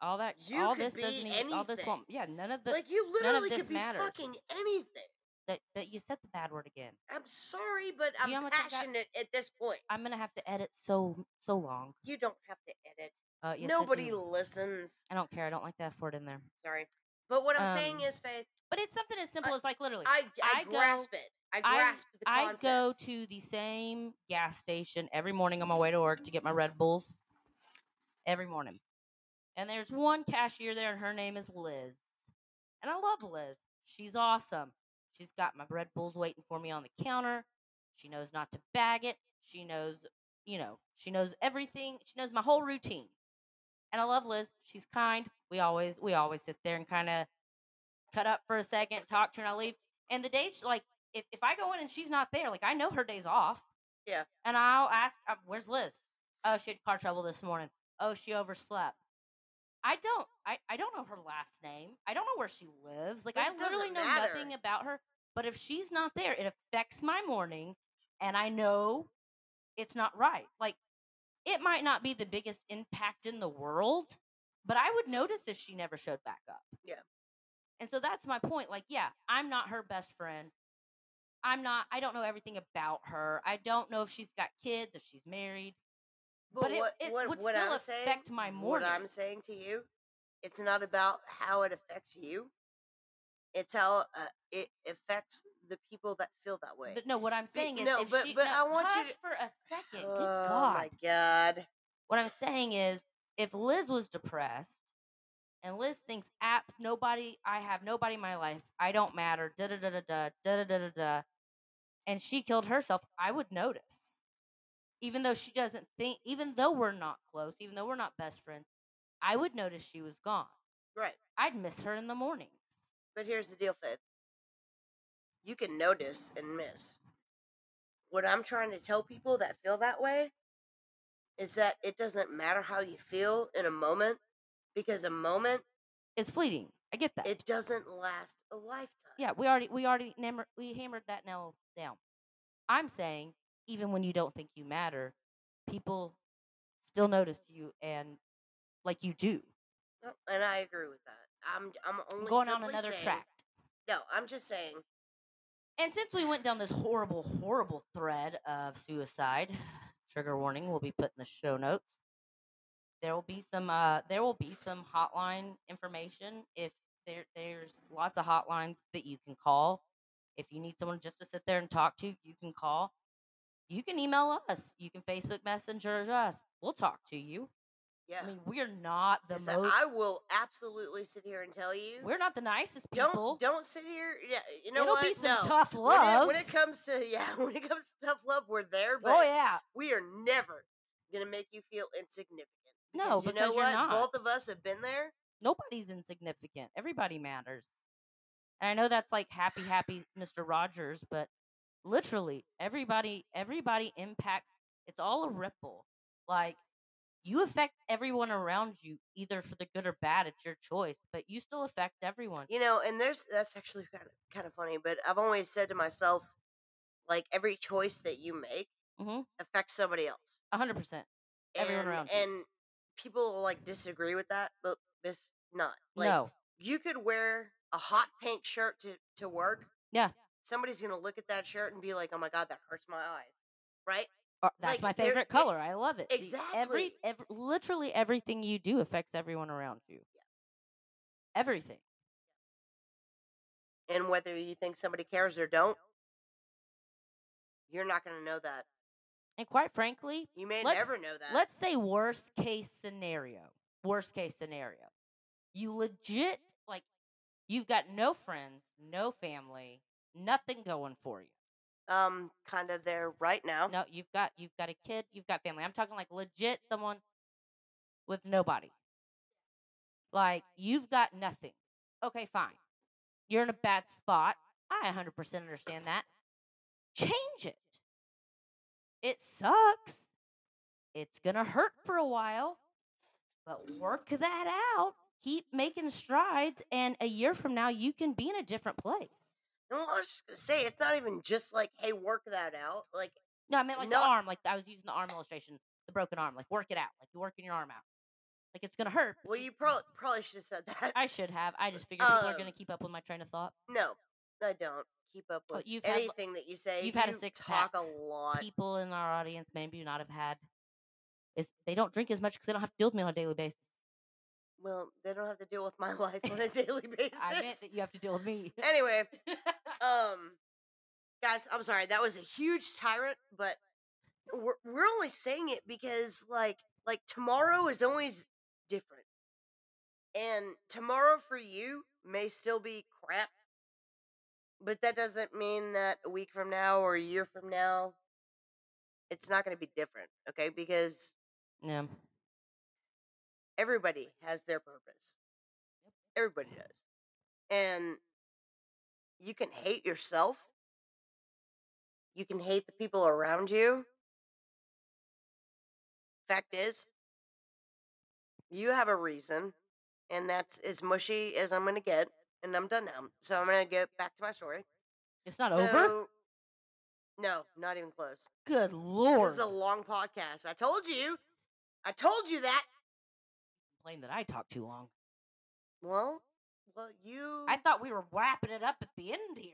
A: all that.
B: you
A: all
B: could
A: this doesn't
B: be
A: even. All this
B: anything.
A: won't. Yeah, none of the
B: like you literally
A: this
B: could be
A: matters.
B: fucking anything.
A: that, that you said the bad word again.
B: I'm sorry, but
A: You know how
B: I'm
A: much I got?
B: passionate at this point.
A: I'm gonna have to edit so so long.
B: You don't have to edit.
A: Uh, yes, I
B: Nobody
A: do.
B: listens.
A: I don't care. I don't like that word in there.
B: Sorry, but what I'm saying
A: Um,
B: is, Faith,
A: But it's something as simple as like literally.
B: I I,
A: I go-
B: grasp it. I
A: I-
B: grasp the
A: I
B: concept.
A: go to the same gas station every morning on my way to work to get my Red Bulls. Every morning. And there's one cashier there, and her name is Liz. And I love Liz. She's awesome. She's got my Red Bulls waiting for me on the counter. She knows not to bag it. She knows, you know, she knows everything. She knows my whole routine. And I love Liz. She's kind. We always we always sit there and kind of cut up for a second, talk to her, and I leave. And the days like if, if I go in and she's not there, like I know her day's off.
B: Yeah.
A: And I'll ask, uh, "Where's Liz? Oh, she had car trouble this morning. Oh, she overslept." I don't. I, I don't know her last name. I don't know where she lives. Like
B: But
A: I
B: it doesn't
A: literally know
B: matter.
A: nothing about her. But if she's not there, it affects my morning, and I know it's not right. Like it might not be the biggest impact in the world, but I would notice if she never showed back up.
B: Yeah.
A: And so that's my point. Like, yeah, I'm not her best friend. I'm not. I don't know everything about her. I don't know if she's got kids, if she's married. But it- it would still affect my morning.
B: What I'm saying to you, it's not about how it affects you. It's how uh, it affects the people that feel that way.
A: But no, what I'm saying is,
B: no,
A: if
B: but-
A: she,
B: but
A: no,
B: I want you
A: hush
B: to-
A: for a second.
B: oh
A: Good God.
B: my god!
A: What I'm saying is, if Liz was depressed and Liz thinks, app, nobody, I have nobody in my life, I don't matter, da da da da da, da da da da da, and she killed herself, I would notice. Even though she doesn't think, even though we're not close, even though we're not best friends, I would notice she was gone.
B: Right,
A: I'd miss her in the mornings.
B: but here's the deal, Faith. You can notice and miss. What I'm trying to tell people that feel that way is that it doesn't matter how you feel in a moment, because a moment
A: It's fleeting. I get that.
B: It doesn't last a lifetime.
A: yeah, we already we already nammer, we hammered that nail down. I'm saying even when you don't think you matter, people still notice you and like you do.
B: No, And I agree with that. I'm I'm
A: I'm
B: only
A: going on
B: simply
A: another
B: saying-
A: track.
B: No, I'm just saying.
A: And since we went down this horrible, horrible thread of suicide, trigger warning will be put in the show notes. There will be some uh, there will be some hotline information if there there's lots of hotlines that you can call. If you need someone just to sit there and talk to, you can call. You can email us. You can Facebook Messenger us. We'll talk to you.
B: Yeah.
A: I mean, we're not the
B: Is that-
A: most,
B: I will absolutely sit here and tell you.
A: we're not the nicest
B: don't
A: people.
B: don't sit here. Yeah, you know
A: It'll
B: what?
A: be some
B: no.
A: tough
B: When it-
A: love.
B: When it, comes to yeah, when it comes to tough love, we're there, but
A: oh yeah,
B: we are never gonna make you feel insignificant.
A: no,
B: you
A: because
B: know
A: you're
B: what?
A: not.
B: Both of us have been there.
A: nobody's insignificant. Everybody matters. And I know that's like happy, happy Mr. Rogers, but literally everybody, everybody impacts. It's all a ripple. Like you affect everyone around you, either for the good or bad. It's your choice, but you still affect everyone.
B: You know, and there's that's actually kind of kind of funny, but I've always said to myself, like every choice that you make
A: Mhm.
B: affects somebody else.
A: A hundred percent. Everyone
B: and,
A: around you.
B: and people like disagree with that, but it's not. Like
A: no.
B: you could wear a hot pink shirt to, to work.
A: Yeah.
B: Somebody's gonna look at that shirt and be like, Oh my god, that hurts my eyes. Right?
A: Or- that's
B: uh, like,
A: my
B: there-
A: favorite
B: it-
A: color. I love it. The- Every,
B: exactly.
A: every, literally everything you do affects everyone around you. Everything.
B: And whether you think somebody cares or don't, you're not gonna know that.
A: And quite frankly,
B: You may
A: Let's-
B: never know that.
A: let's say worst case scenario worst case scenario you legit like you've got no friends no family nothing going for you
B: um kind of there right now.
A: no you've got you've got a kid you've got family i'm talking like legit someone with nobody like you've got nothing okay fine you're in a bad spot i 100% understand that change it it sucks it's gonna hurt for a while but work that out keep making strides and a year from now you can be in a different place
B: And well, I was just gonna say it's not even just like, hey, work that out. Like
A: no i meant like
B: No.
A: the arm like i was using the arm illustration the broken arm like work it out like you're working your arm out like it's gonna hurt but
B: well you pro- probably should have said that.
A: i should have i just figured people are gonna
B: Um,
A: keep up with my train of thought
B: no, I don't keep up
A: Well,
B: with
A: you've had l-
B: anything that you say.
A: you've had a
B: You
A: six-pack.
B: talk a lot.
A: people in our audience maybe not have had is they don't drink as much because they don't have to deal with me on a daily basis
B: Well, they don't have to deal with my life on a daily basis.
A: i meant that you have to deal with me
B: anyway, um, guys, I'm sorry that was a huge tyrant, but we're we're only saying it because like like tomorrow is always different, and tomorrow for you may still be crap, but that doesn't mean that a week from now or a year from now, it's not going to be different, okay? Because
A: yeah
B: everybody has their purpose. Everybody does. And you can hate yourself. You can hate the people around you. Fact is, you have a reason, and that's as mushy as I'm going to get. And I'm done now. So I'm going to get back to my story.
A: it's not over
B: So- No, not even close.
A: good lord
B: This is a long podcast. I told you. I told you that.
A: complain that i talk too long
B: Well, well, you.
A: I thought we were wrapping it up at the end here.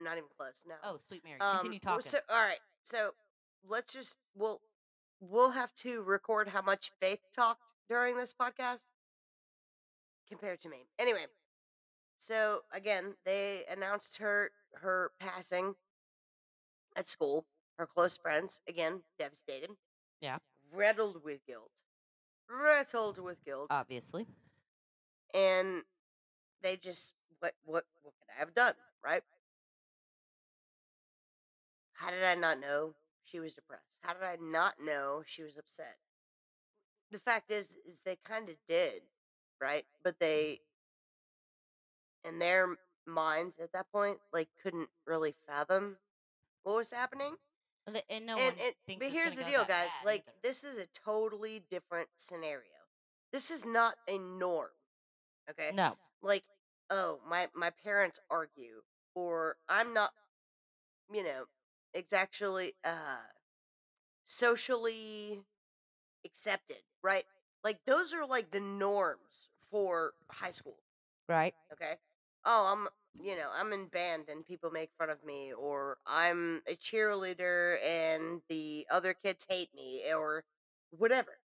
B: not even close. No.
A: Oh, sweet Mary,
B: Um,
A: continue
B: well,
A: talking.
B: So, all right. So let's just we'll we'll have to record how much Faith talked during this podcast compared to me. Anyway, so again, they announced her her passing at school. Her close friends again devastated.
A: Yeah.
B: Riddled with guilt. Riddled with guilt.
A: Obviously,
B: and they just what what what could I have done, right? How did I not know she was depressed? How did I not know she was upset? The fact is is they kind of did, right? But they in their m- minds at that point like couldn't really fathom what was happening.
A: and, th- and no
B: and
A: one
B: it,
A: thinks.
B: but
A: it's
B: here's the
A: gonna go
B: deal,
A: that
B: guys.
A: bad
B: Like
A: either.
B: this is a totally different scenario. This is not a norm. Okay?
A: no,
B: like oh my my parents argue or i'm not you know exactly uh socially accepted right like those are like the norms for high school
A: Right.
B: okay oh i'm you know i'm in band and people make fun of me or i'm a cheerleader and the other kids hate me or whatever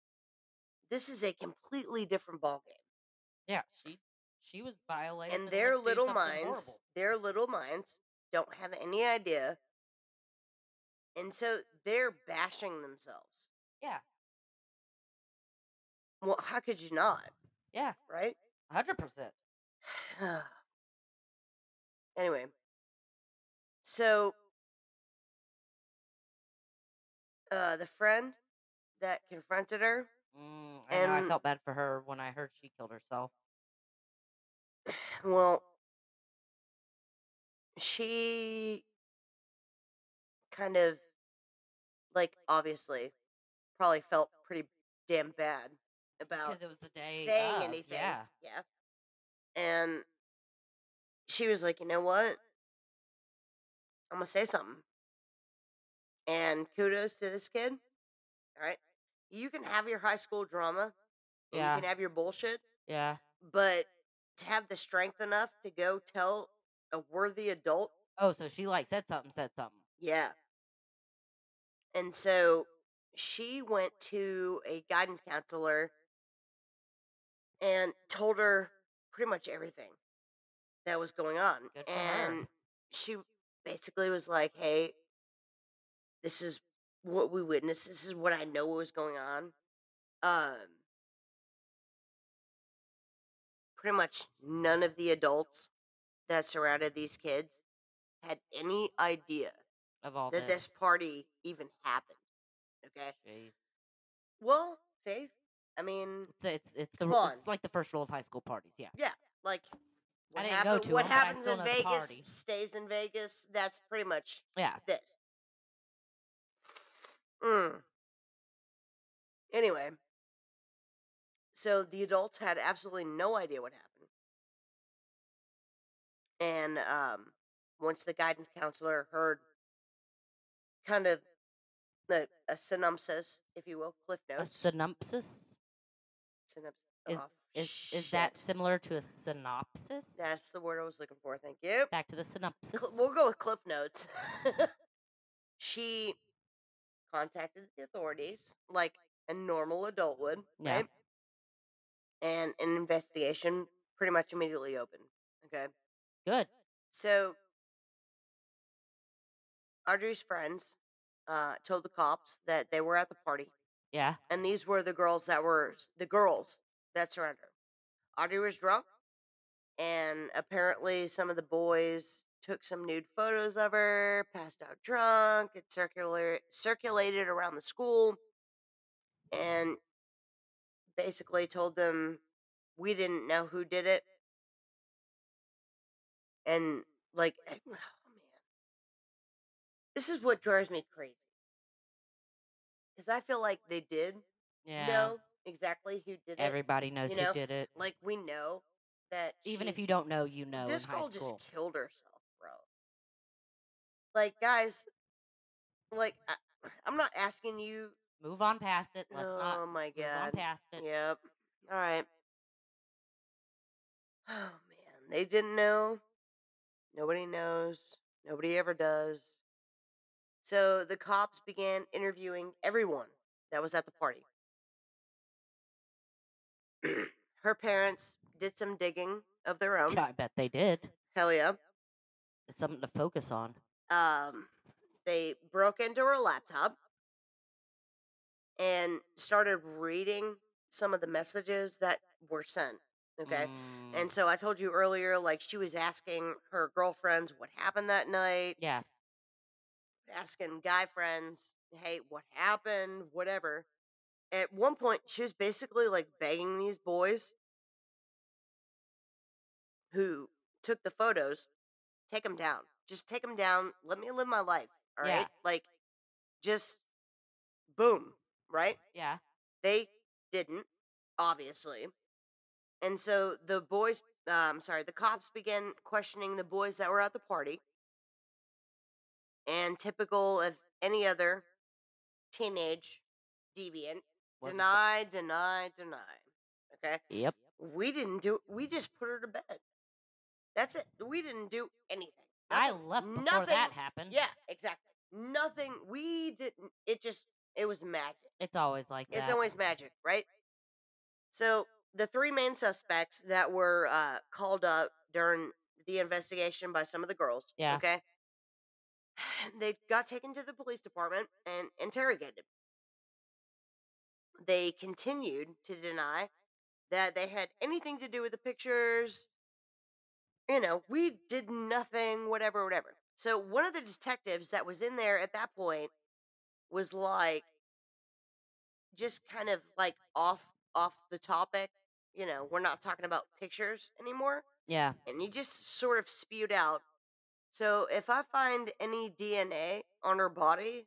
B: this is a completely different ballgame
A: Yeah. She she was violated
B: and
A: and
B: their
A: went through
B: little
A: something
B: minds
A: horrible.
B: their little minds don't have any idea and so they're bashing themselves
A: Yeah.
B: well how could you not
A: Yeah.
B: right
A: hundred percent.
B: anyway so uh the friend that confronted her
A: Mm, I know. I
B: And-
A: felt bad for her when I heard she killed herself.
B: well she kind of like obviously probably felt pretty damn bad about
A: because it was the day
B: saying
A: of,
B: anything.
A: Yeah,
B: yeah. And she was like, you know what? I'm gonna say something. And kudos to this kid. All right. You can have your high school drama and
A: Yeah.
B: you can have your bullshit,
A: yeah.
B: but to have the strength enough to go tell a worthy adult,
A: Oh, so she like said something, said something.
B: yeah. And so she went to a guidance counselor and told her pretty much everything that was going on.
A: Good for her.
B: and she basically was like, hey, this is what we witnessed. This is what I know was going on. Um, pretty much none of the adults that surrounded these kids had any idea
A: Of all
B: that this
A: this,
B: party even happened. Okay.
A: Jeez.
B: Well, Faith, I mean,
A: it's it's it's, the,
B: Come
A: ru- it's
B: on.
A: like the first rule of high school parties. Yeah,
B: like
A: I
B: what,
A: didn't go
B: happen-
A: to
B: what
A: 'em, but I
B: happens
A: still
B: in
A: know the
B: Vegas
A: party.
B: stays in Vegas. That's pretty much
A: yeah.
B: this. Mm. Anyway, so the adults had absolutely no idea what happened. And um, once the guidance counselor heard kind of the, a synopsis, if you will, cliff
A: A
B: notes.
A: synopsis
B: synopsis.
A: is-
B: oh,
A: is is that
B: shit.
A: similar to a synopsis?
B: That's the word I was looking for. Thank you.
A: back to the synopsis.
B: Cl- we'll go with cliff notes. she contacted the authorities like a normal adult would,
A: Yeah.
B: right? And an investigation pretty much immediately opened. Okay.
A: Good.
B: So Audrey's friends uh, told the cops that they were at the party,
A: Yeah.
B: and these were the girls that were the girls that surrounded her. Audrey was drunk, and apparently some of the boys took some nude photos of her, passed out drunk. It circular circulated around the school, and basically told them we didn't know who did it, and like, oh man, this is what drives me crazy because I feel like they did
A: Yeah.
B: know exactly who did it.
A: Everybody knows
B: you know,
A: who did it.
B: Like we know that
A: Even if
B: she's-
A: you don't know, you know
B: this
A: in high
B: girl
A: school.
B: just killed herself, bro. Like guys, like I, I'm not asking you.
A: Move on past it. Let's
B: oh
A: not
B: my
A: move on
B: god.
A: past it.
B: Yep. All right. Oh man, they didn't know. Nobody knows. Nobody ever does. So the cops began interviewing everyone that was at the party. Her parents did some digging of their own.
A: I bet they did.
B: Hell yeah.
A: It's something to focus on.
B: um, they broke into her laptop and started reading some of the messages that were sent. Okay.
A: Mm,
B: And so I told you earlier, like she was asking her girlfriends what happened that night,
A: yeah.
B: asking guy friends, hey, what happened, whatever. At one point, she was basically like begging these boys who took the photos, take them down. Just take them down. Let me live my life. All right.
A: Yeah.
B: Like, just boom. Right.
A: Yeah.
B: They didn't, obviously. And so the boys, uh, I'm sorry, the cops began questioning the boys that were at the party. And typical of any other teenage deviant,
A: Was it-
B: deny, deny, deny. Okay.
A: Yep.
B: We didn't do, we just put her to bed. That's it. We didn't do anything.
A: I
B: Nothing.
A: left before
B: nothing.
A: that happened.
B: Yeah, exactly. Nothing. We didn't, it just, it was magic.
A: It's always like that.
B: It's always magic, right? So the three main suspects that were uh, called up during the investigation by some of the girls,
A: Yeah.
B: okay, they got taken to the police department and interrogated. They continued to deny that they had anything to do with the pictures. You know, we did nothing, whatever, whatever. So one of the detectives that was in there at that point was like, just kind of like off off the topic. You know, we're not talking about pictures anymore.
A: yeah.
B: and you just sort of spewed out. So if I find any DNA on her body,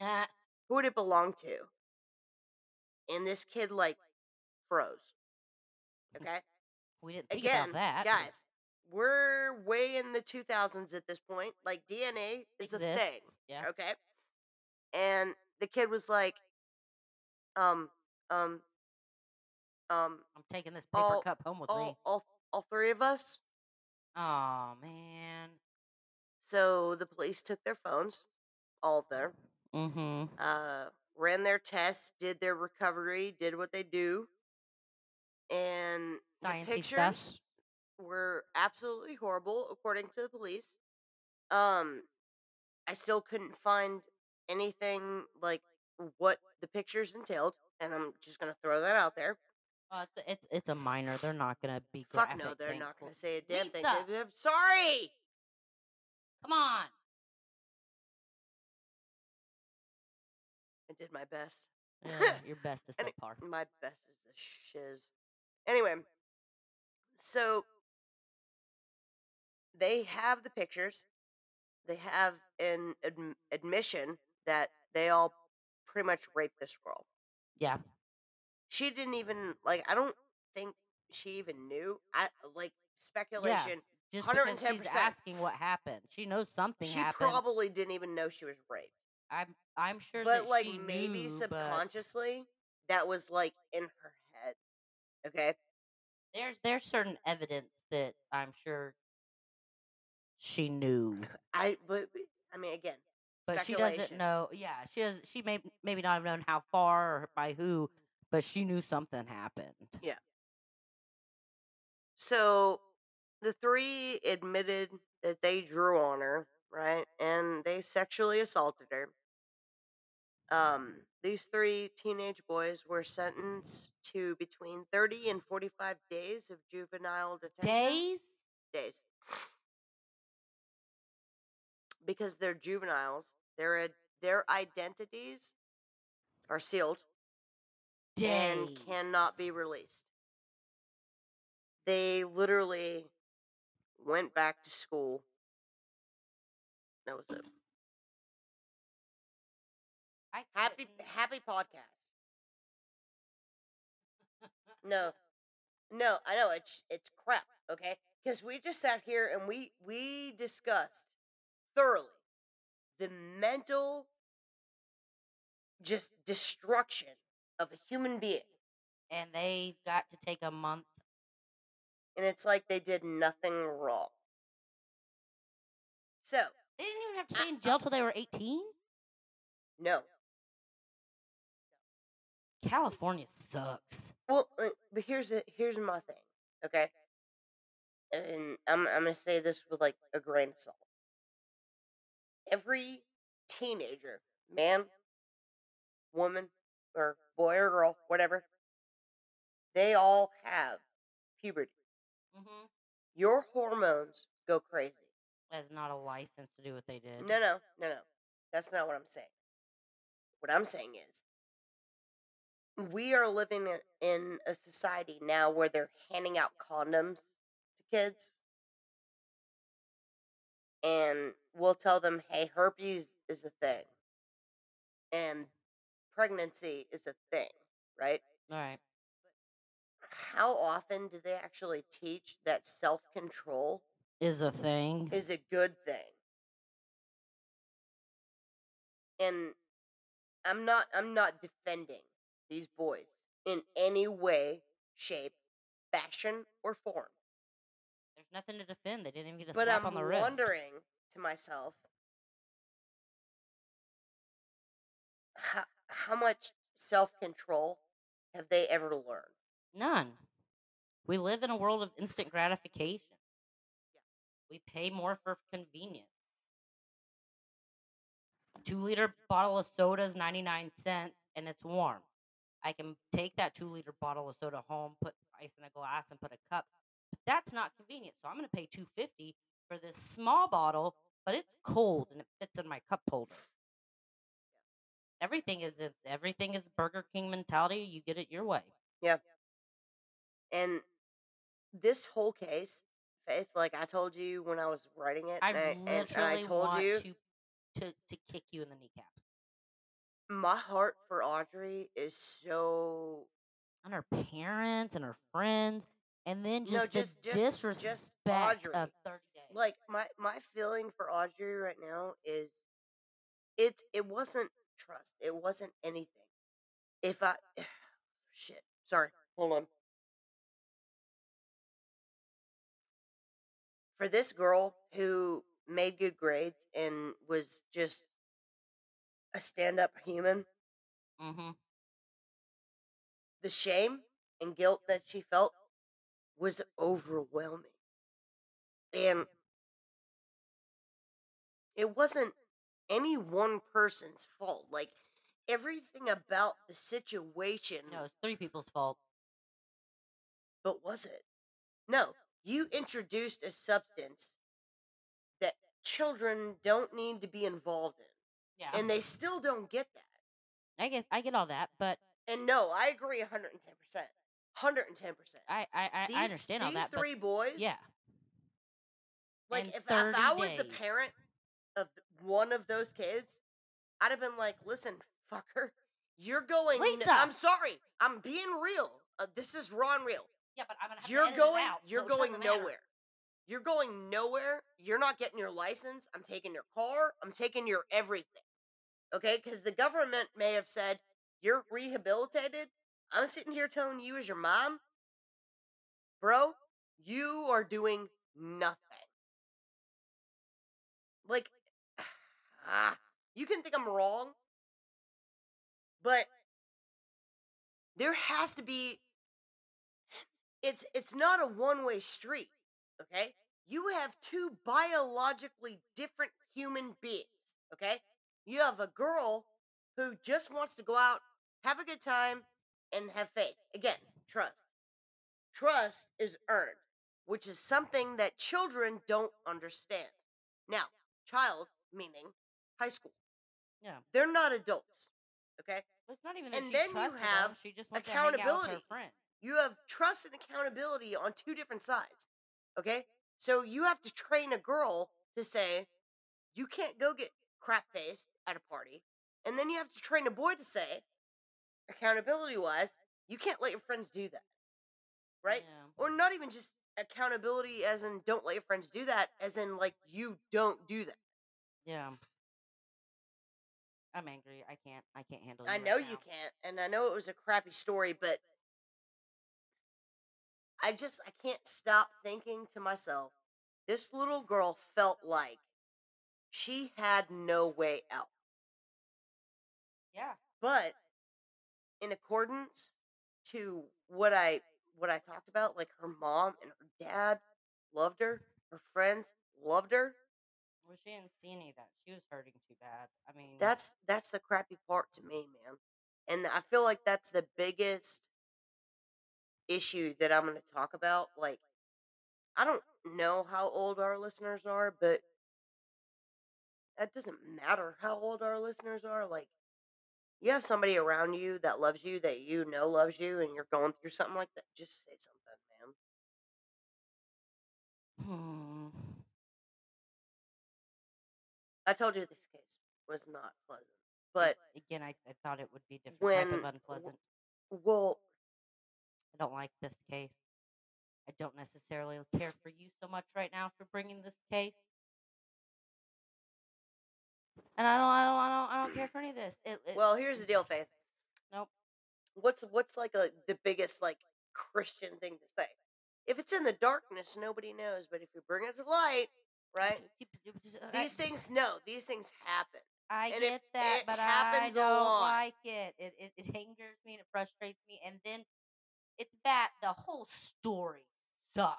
B: Eh.
A: Ah,
B: who would it belong to? And this kid like froze. Okay.
A: we didn't Mm, think
B: Again,
A: about that.
B: guys, we're way in the 2000s at this point. Like DNA is a thing.
A: Exists. Yeah.
B: Okay. And the kid was like, um, um, um,
A: I'm taking this paper
B: all-
A: cup home with me.
B: all, all, all three of us.
A: Oh man.
B: So the police took their phones, all of them,
A: Mm-hmm.
B: uh, ran their tests, did their recovery, did what they do, and
A: Sciencey
B: the pictures
A: stuff.
B: were absolutely horrible, according to the police. Um, I still couldn't find anything like what the pictures entailed, and I'm just gonna throw that out there.
A: Well, Oh, it's, it's it's a minor. They're not gonna be
B: Fuck
A: graphic.
B: no, they're not
A: thankful-
B: gonna say a damn thing.
A: Lisa!
B: They- I'm sorry.
A: Come on.
B: I did my best.
A: Yeah, your best is
B: And it-
A: subpar.
B: My best is the shiz. Anyway, so they have the pictures. They have an adm- admission that they all pretty much raped this girl.
A: Yeah.
B: She didn't even like. I don't think she even knew. I like speculation.
A: Just because she's
B: 110%.
A: asking what happened, she knows something
B: she
A: happened.
B: probably didn't even know she was raped.
A: I'm I'm sure
B: but
A: that
B: like
A: she
B: maybe
A: knew, but
B: subconsciously, that was like in her head. Okay.
A: there's there's certain evidence that I'm sure she knew,
B: I but I mean again,
A: but she doesn't
B: Speculation.
A: know. Yeah, she does. She may maybe not have known how far or by who, but she knew something happened.
B: So the three admitted that they drew on her, right? And they sexually assaulted her. Um, these three teenage boys were sentenced to between 30 and 45 days of juvenile detention.
A: Days.
B: Days. Because they're juveniles, their, ad- their identities are sealed
A: Days.
B: and cannot be released. They literally went back to school. That was it.
A: I
B: Happy
A: couldn't-
B: happy podcast. No. No, I know it's it's crap, okay? Cuz we just sat here and we we discussed thoroughly the mental just destruction of a human being.
A: and they got to take a month.
B: And it's like they did nothing wrong. So,
A: They didn't even have
B: Uh,
A: to stay in jail till they were 18.
B: no.
A: California sucks.
B: Well, uh, but here's the, here's my thing, okay? And I'm I'm gonna say this with like a grain of salt. Every teenager, man, woman, or boy or girl, whatever, they all have puberty.
A: Mm-hmm.
B: Your hormones go crazy.
A: That's not a license to do what they did.
B: No, no, no, no. That's not what I'm saying. What I'm saying is, we are living in- in a society now where they're handing out condoms to kids. And we'll tell them, hey, herpes is a thing. And pregnancy is a thing, right?
A: All right.
B: how often do they actually teach that self control
A: Is a thing.
B: is a good thing? And I'm not I'm not defending these boys in any way, shape, fashion, or form.
A: There's nothing to defend. They didn't even get a
B: But
A: slap
B: I'm
A: on the wrist.
B: wondering to myself how, how much self control have they ever learned?
A: None. We live in a world of instant gratification. We pay more for convenience. Two liter bottle of soda is 99 cents and it's warm. I can take that two liter bottle of soda home, put ice in a glass, and put a cup. But that's not convenient. So I'm going to pay 250 for this small bottle, but it's cold and it fits in my cup holder. Everything is is- everything is Burger King mentality. You get it your way.
B: And this whole case, Faith, like I told you when I was writing it,
A: I
B: and I, and-
A: literally
B: and I told
A: want
B: you,
A: to, to to kick you in the kneecap.
B: my heart for Audrey is so
A: on her parents and her friends, and then just
B: Mm-hmm. No,
A: the
B: just- just- just
A: disrespect of
B: Audrey.
A: thirty days.
B: like my my feeling for Audrey right now is it's it wasn't trust. It wasn't anything. If I shit, sorry. Hold on. For this girl who made good grades and was just a stand-up human,
A: hmm
B: the shame and guilt that she felt was overwhelming. And it wasn't any one person's fault. Like everything about the situation
A: no, it's three people's fault.
B: But was it? No, you introduced a substance that children don't need to be involved in,
A: Yeah,
B: and they still don't get that.
A: I get, I get all that, but
B: And no, I agree 110%. 110%.
A: I, I, I,
B: these,
A: I understand
B: these
A: all that.
B: three boys,
A: but yeah,
B: like
A: and
B: if, I- if I
A: 30
B: was the
A: days.
B: parent of th- one of those kids, I'd have been like, listen, fucker, you're going. n-
A: Lisa!"
B: I'm sorry, I'm being real. Uh, this is raw and real.
A: yeah, but I'm gonna have to
B: you're
A: edit it
B: going
A: out,
B: you're
A: so it
B: going
A: doesn't matter.
B: nowhere you're going nowhere you're not getting your license i'm taking your car i'm taking your everything okay because the government may have said you're rehabilitated i'm sitting here telling you as your mom bro you are doing nothing like ah, you can think i'm wrong but there has to be it's it's not a one-way street okay you have two biologically different human beings okay you have a girl who just wants to go out have a good time and have faith again trust trust is earned which is something that children don't understand now child meaning high school
A: Yeah.
B: they're not adults okay
A: It's not even that
B: And
A: she
B: then you
A: trusted them,
B: have
A: She just went to hang out with her
B: accountability.
A: friend.
B: you have trust and accountability on two different sides. Okay? So you have to train a girl to say, you can't go get crap faced at a party. And then you have to train a boy to say, accountability wise, you can't let your friends do that. Right?
A: Yeah.
B: Or not even just accountability as in don't let your friends do that, as in like you don't do that.
A: Yeah. I'm angry. I can't. I can't handle. You
B: I
A: right
B: know
A: now.
B: you can't. And I know it was a crappy story, but I just I can't stop thinking to myself, this little girl felt like she had no way out.
A: Yeah.
B: But in accordance to what I what I talked about, like her mom and her dad loved her, her friends loved her.
A: Well, she didn't see any of that. She was hurting too bad. I mean,
B: That's that's the crappy part to me, man. And I feel like that's the biggest issue that I'm going to talk about. Like I don't know how old our listeners are, but that doesn't matter how old our listeners are. Like, you have somebody around you that loves you, that you know loves you, and you're going through something like that. Just say something, man.
A: Hmm.
B: I told you this case was not pleasant, but
A: again, I, I thought it would be different type
B: when
A: of
B: w-
A: unpleasant.
B: well,
A: I don't like this case. I don't necessarily care for you so much right now for bringing this case. And I don't, I don't, I don't, I don't care for any of this. It, it-
B: Well, here's the deal, Faith.
A: Nope.
B: What's what's like a, the biggest like Christian thing to say? If it's in the darkness, nobody knows. But if you bring it to light, right?
A: uh, I,
B: These things, no, these things happen.
A: I
B: and it-
A: get that,
B: it
A: but I
B: happens a lot.
A: don't like it. It, it. it angers me and it frustrates me. And then it's that the whole story sucks.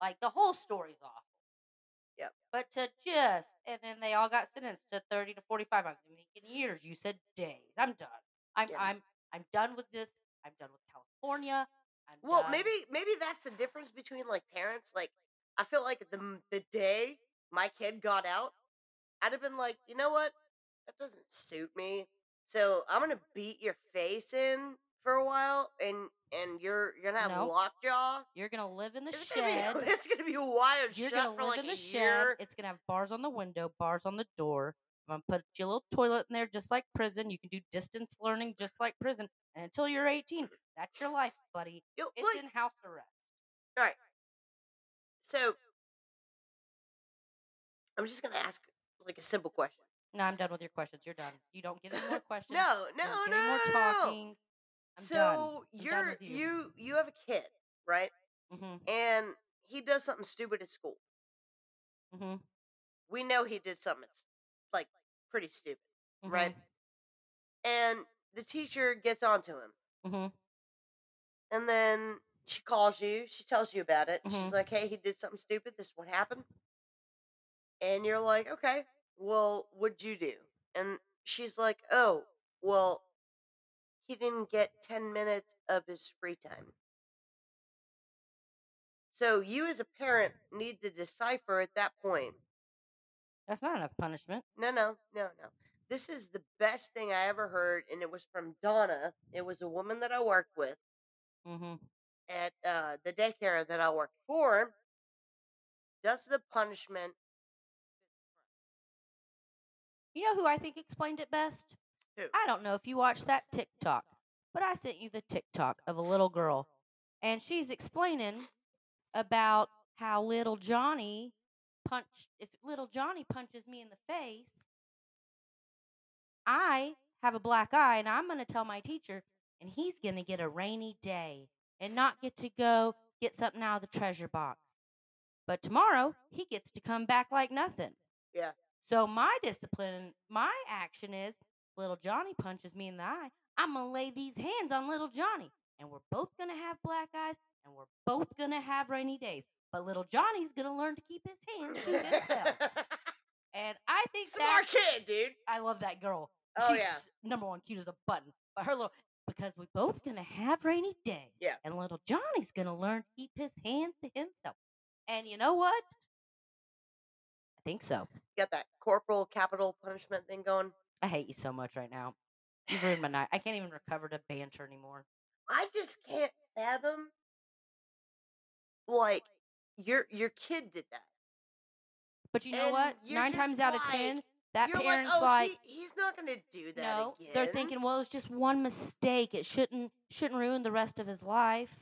A: Like the whole story's awful.
B: Yep.
A: But to just, and then they all got sentenced to 30 to 45 I'm thinking years. You said days. I'm done. I'm,
B: Yeah.
A: I'm, I'm done with this. I'm done with California. I'm
B: Well,
A: done.
B: maybe maybe that's the difference between like parents. Like, I feel like the m- the day my kid got out, I'd have been like, you know what? That doesn't suit me. So I'm gonna beat your face in for a while, and and you're you're gonna have
A: No.
B: lockjaw.
A: You're going to live in the
B: It's gonna,
A: shed.
B: be, it's gonna be wired
A: You're
B: shut
A: gonna
B: for
A: live
B: like
A: in
B: a
A: the shed.
B: year.
A: It's gonna have bars on the window, bars on the door. I'm gonna put your little toilet in there, just like prison. You can do distance learning, just like prison. And until you're 18, that's your life, buddy.
B: Yo,
A: It's
B: like,
A: in house arrest.
B: so I'm just gonna ask like a simple question.
A: No, I'm done with your questions. You're done. You don't get any more questions.
B: No,
A: You
B: no,
A: don't
B: no,
A: get any more
B: no, no, no.
A: talking. I'm
B: so
A: done. I'm done
B: you're
A: with you.
B: you you have a kid, right?
A: Mm-hmm,
B: And he does something stupid at school.
A: mm-hmm,
B: We know he did something that's like pretty stupid, Right.
A: mm-hmm.
B: Mm-hmm. and the teacher gets onto him.
A: Mm-hmm.
B: And then she calls you. She tells you about it.
A: Mhm.
B: She's like, "Hey, he did something stupid. This is what happened." And you're like, "Okay, well, what'd you do?" And she's like, "Oh, well, he didn't get ten minutes of his free time." So you, as a parent, need to decipher at that point.
A: That's not enough punishment.
B: No, no, no, no. This is the best thing I ever heard, and it was from Donna. It was a woman that I worked with.
A: Mm-hmm.
B: at uh, the daycare that I worked for, does the punishment?
A: You know who I think explained it best?
B: Who?
A: I don't know if you watched that TikTok, but I sent you the TikTok of a little girl, and she's explaining about how little Johnny punched. If little Johnny punches me in the face, I have a black eye, and I'm going to tell my teacher, and he's going to get a rainy day and not get to go get something out of the treasure box. But tomorrow, he gets to come back like nothing.
B: Yeah.
A: So my discipline, my action is little Johnny punches me in the eye. I'm going to lay these hands on little Johnny, and we're both going to have black eyes, and we're both going to have rainy days. But little Johnny's going to learn to keep his hands to himself. and I think that
B: Smart kid, dude.
A: I love that girl.
B: Oh
A: She's
B: yeah,
A: number one, cute as a button. But her little because we both gonna have rainy days.
B: Yeah.
A: And little Johnny's gonna learn to keep his hands to himself. And you know what? I think so.
B: got that corporal capital punishment thing going.
A: I hate you so much right now. You've ruined my night. I can't even recover to banter anymore.
B: I just can't fathom. Like your your kid did that.
A: But you know
B: And
A: what?
B: you're
A: Nine times
B: just
A: out of
B: like-
A: ten, that
B: You're like,
A: parent's
B: oh,
A: like,
B: he, he's not gonna do that
A: no,
B: again.
A: they're thinking, well, it's just one mistake. It shouldn't shouldn't ruin the rest of his life.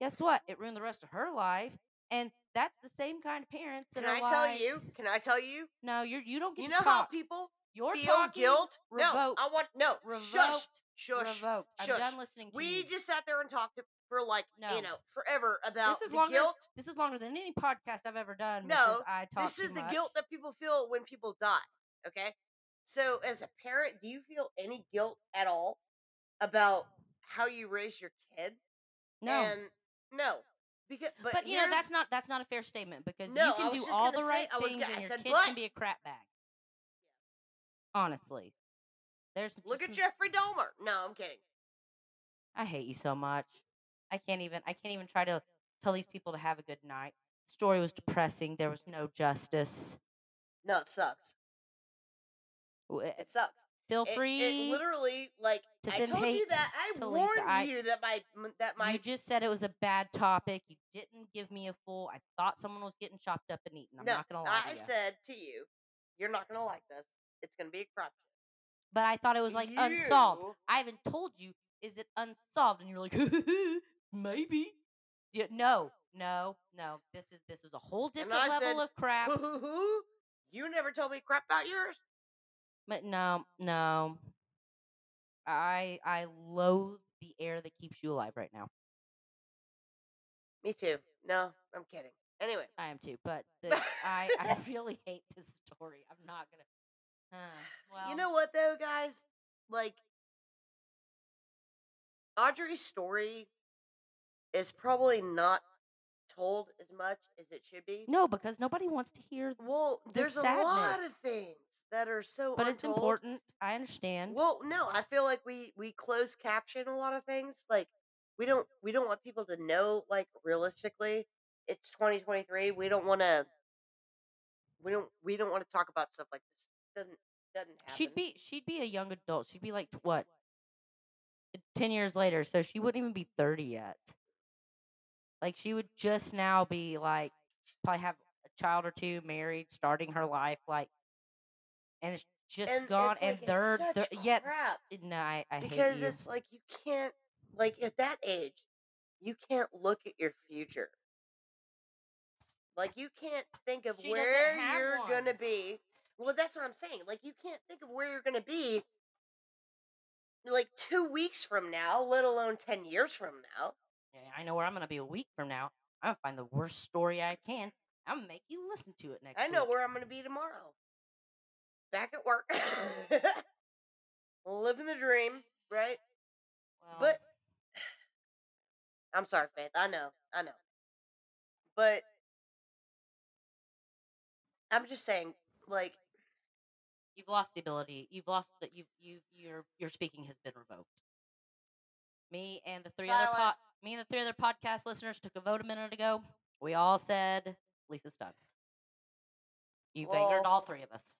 A: Guess what? It ruined the rest of her life, and that's the same kind of parents that
B: Can
A: are
B: I
A: like,
B: tell you? Can I tell you?
A: no, you're you don't get
B: You
A: to
B: know how
A: talk.
B: people
A: You're
B: feel
A: talking,
B: guilt? No,
A: revoked,
B: I want no. Shush,
A: revoked,
B: shush.
A: revoked. I'm
B: shush.
A: done listening to
B: We
A: you.
B: just sat there and talked for like
A: No.
B: you know forever about
A: is
B: the
A: longer-
B: guilt.
A: this is longer than any podcast I've ever done. which
B: No,
A: is I talk
B: This
A: too
B: is the
A: much.
B: guilt that people feel when people die. Okay, so as a parent, do you feel any guilt at all about how you raise your kid?
A: no.
B: and no, because but,
A: but you know
B: here's-
A: that's not that's not a fair statement because
B: No,
A: you
B: I
A: can
B: was
A: do
B: just
A: all
B: gonna
A: the
B: say-
A: right
B: I was
A: things
B: gonna-
A: and
B: I
A: your
B: said,
A: kid
B: but-
A: can be a crap bag. Honestly, there's
B: look
A: just
B: at
A: n-
B: Jeffrey Dahmer. No, I'm kidding.
A: I hate you so much. I can't even I can't even try to tell these people to have a good night. Story was depressing. There was no justice.
B: No, it sucks.
A: W- uh,
B: It sucks.
A: Feel
B: It-
A: free.
B: It, literally like
A: to
B: I
A: send
B: told you
A: hate
B: that I
A: to Lisa.
B: warned
A: I-
B: you that my m- that my
A: you just said it was a bad topic. You didn't give me a full. I thought someone was getting chopped up and eaten. I'm not gonna lie
B: I
A: to you.
B: said to you, you're not gonna like this. It's gonna be a crap.
A: but I thought it was like unsolved.
B: You-
A: I even told you is it unsolved? And you're like, maybe. Yeah, no, no, no. This is this was a whole different
B: I
A: level
B: said,
A: of crap.
B: Hoo, hoo, hoo. You never told me crap about yours.
A: But no, no. I I loathe the air that keeps you alive right now.
B: Me too. No, I'm kidding. Anyway,
A: I am too, but the, I I really hate this story. I'm not gonna. Huh, well,
B: you know what though, guys? Like Audrey's story is probably not told as much as it should be.
A: no, because nobody wants to hear.
B: Well,
A: the
B: there's a lot of
A: sadness.
B: things that are so
A: But it's
B: untold.
A: important. I understand.
B: Well, no, I feel like we we close caption a lot of things. Like we don't we don't want people to know like realistically it's 2023. We don't want to we don't we don't want to talk about stuff like this. Doesn't doesn't happen.
A: she'd be she'd be a young adult. She'd be like t- what? Ten years later, so she wouldn't even be thirty yet. Like she would just now be like she'd probably have a child or two, married, starting her life, like, and it's just
B: and
A: gone.
B: it's
A: And
B: like, it's
A: they're,
B: such
A: they're yet eh,
B: crap
A: no, I, I hate
B: because
A: you.
B: it's like you can't like at that age you can't look at your future. Like you can't think of
A: She doesn't
B: where
A: have
B: you're gonna
A: one.
B: be. Well, that's what I'm saying. Like you can't think of where you're gonna be like two weeks from now, let alone ten years from now.
A: Yeah, I know where I'm gonna be a week from now. I'm gonna find the worst story I can. I'm gonna make you listen to it next.
B: I know
A: week.
B: where I'm gonna be tomorrow. Back at work. Living the dream, right?
A: Well,
B: But I'm sorry, Faith. I know, I know. But I'm just saying, like,
A: you've lost the ability. You've lost that. You you your your speaking has been revoked. Me and the three other
B: Silence.
A: po- me and the three other podcast listeners took a vote a minute ago. We all said Lisa's done. You angered
B: Well-
A: all three of us.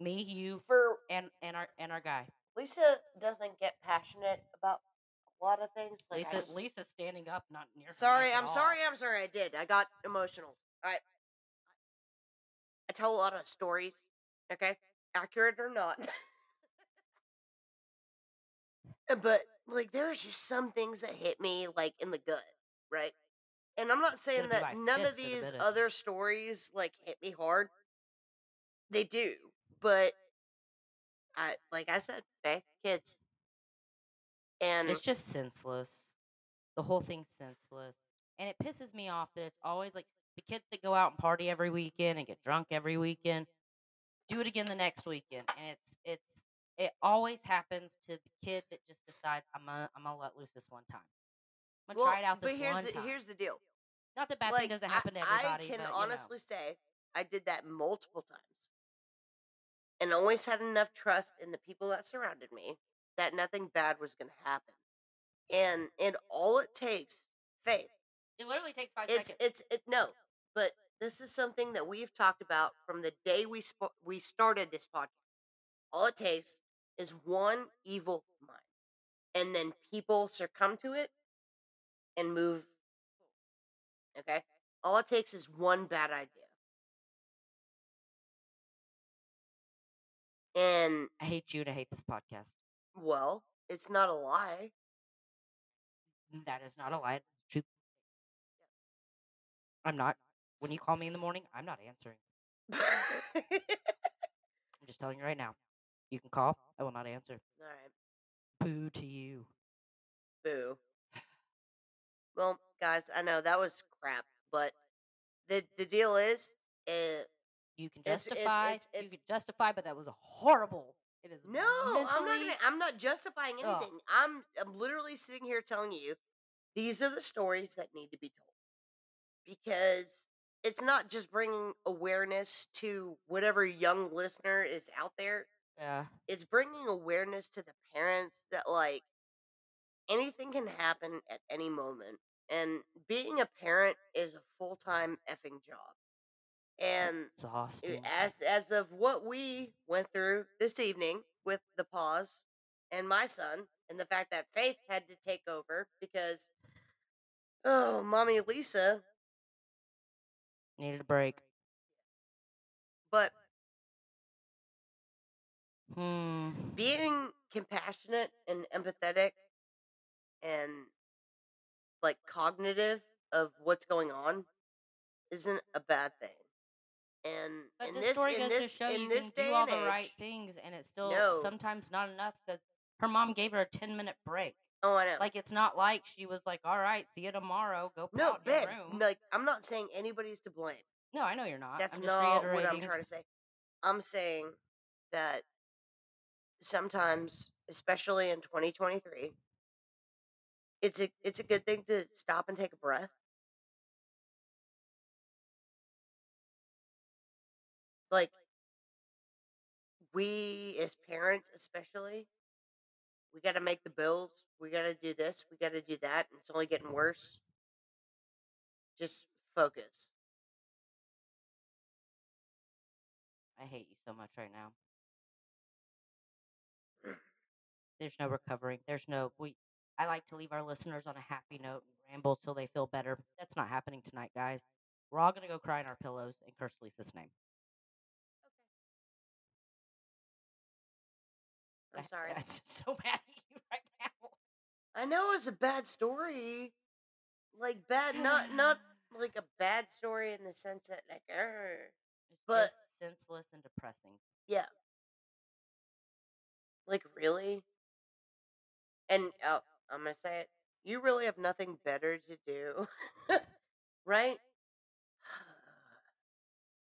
A: Me, you,
B: for
A: and and our and our guy.
B: Lisa doesn't get passionate about a lot of things. Like, I
A: Lisa
B: just-
A: Lisa's standing up, not near. her mic
B: Sorry,
A: at
B: I'm
A: all.
B: sorry, I'm sorry. I did. I got emotional. I I tell a lot of stories. Okay, accurate or not. but like, there's just some things that hit me like in the gut, right? And I'm not saying
A: be my
B: that none of
A: fist in a
B: these
A: minute.
B: other stories like hit me hard. They do, but I like I said, okay, kids, and
A: It's just senseless. The whole thing's senseless. And it pisses me off that it's always like the kids that go out and party every weekend and get drunk every weekend do it again the next weekend. And it's it's it always happens to the kid that just decides I'm gonna I'm gonna let loose this one time. I'm gonna
B: well,
A: try it out this
B: but here's
A: one
B: the,
A: time.
B: Here's the deal.
A: Not that bad
B: like,
A: thing doesn't
B: I-
A: happen to everybody.
B: I can
A: but, you know.
B: honestly say I did that multiple times, and always had enough trust in the people that surrounded me that nothing bad was going to happen. And and all it takes faith.
A: it literally takes five
B: It's
A: seconds.
B: it's it, no, but this is something that we've talked about from the day we sp- we started this podcast. All it takes is one evil mind, and then people succumb to it and move. Okay, all it takes is one bad idea, and
A: I hate you and I hate this podcast.
B: well, it's not a lie.
A: That is not a lie. It's true. I'm not. When you call me in the morning, I'm not answering.
B: all right,
A: I'm just telling you right now. You can call. I will not answer. Boo to you.
B: boo. Well, guys, I know that was crap, but the the deal is, uh,
A: You can
B: It's- it's-
A: justify.
B: it's- it's-
A: you can justify, but that was horrible. It is
B: No, I'm not.
A: mentally-
B: Gonna, I'm not justifying
A: Ugh.
B: anything. I'm. I'm literally sitting here telling you these are the stories that need to be told because it's not just bringing awareness to whatever young listener is out there.
A: Yeah.
B: It's bringing awareness to the parents that like anything can happen at any moment, and being a parent is a full time effing job. And uh,
A: exhausting.
B: as as of what we went through this evening with the pause and my son and the fact that faith had to take over because oh mommy lisa
A: Needed a break.
B: but
A: Hmm.
B: being compassionate and empathetic and like cognitive of what's going on isn't a bad thing. And
A: But
B: in
A: this,
B: this
A: story
B: in
A: goes
B: this
A: to show
B: in
A: you
B: this
A: can
B: day
A: do all
B: and
A: the
B: age,
A: right things, and it's still
B: No.
A: sometimes not enough because her mom gave her a ten minute break.
B: oh I know.
A: Like it's not like she was like, "All right, see you tomorrow. Go
B: no,
A: out in
B: Ben,
A: your room."
B: like I'm not saying anybody's to blame.
A: No, I know you're not.
B: That's
A: I'm just
B: not what
A: reiterating.
B: I'm trying to say. I'm saying that sometimes, especially in 2023, it's a it's a good thing to stop and take a breath. Like we as parents, especially, we got to make the bills. We got to do this. We got to do that. And it's only getting worse. Just focus.
A: I hate you so much right now. There's no recovering. There's no we. I like to leave our listeners on a happy note and ramble till they feel better. That's not happening tonight, guys. We're all gonna go cry in our pillows and curse Lisa's name.
B: I'm
A: I-
B: sorry.
A: I'm just so mad at you right now.
B: I know it's a bad story. Like bad, not not like a bad story in the sense that like, er,
A: It's
B: But-
A: just senseless and depressing.
B: like really. And oh, I'm gonna say it. You really have nothing better to do, right?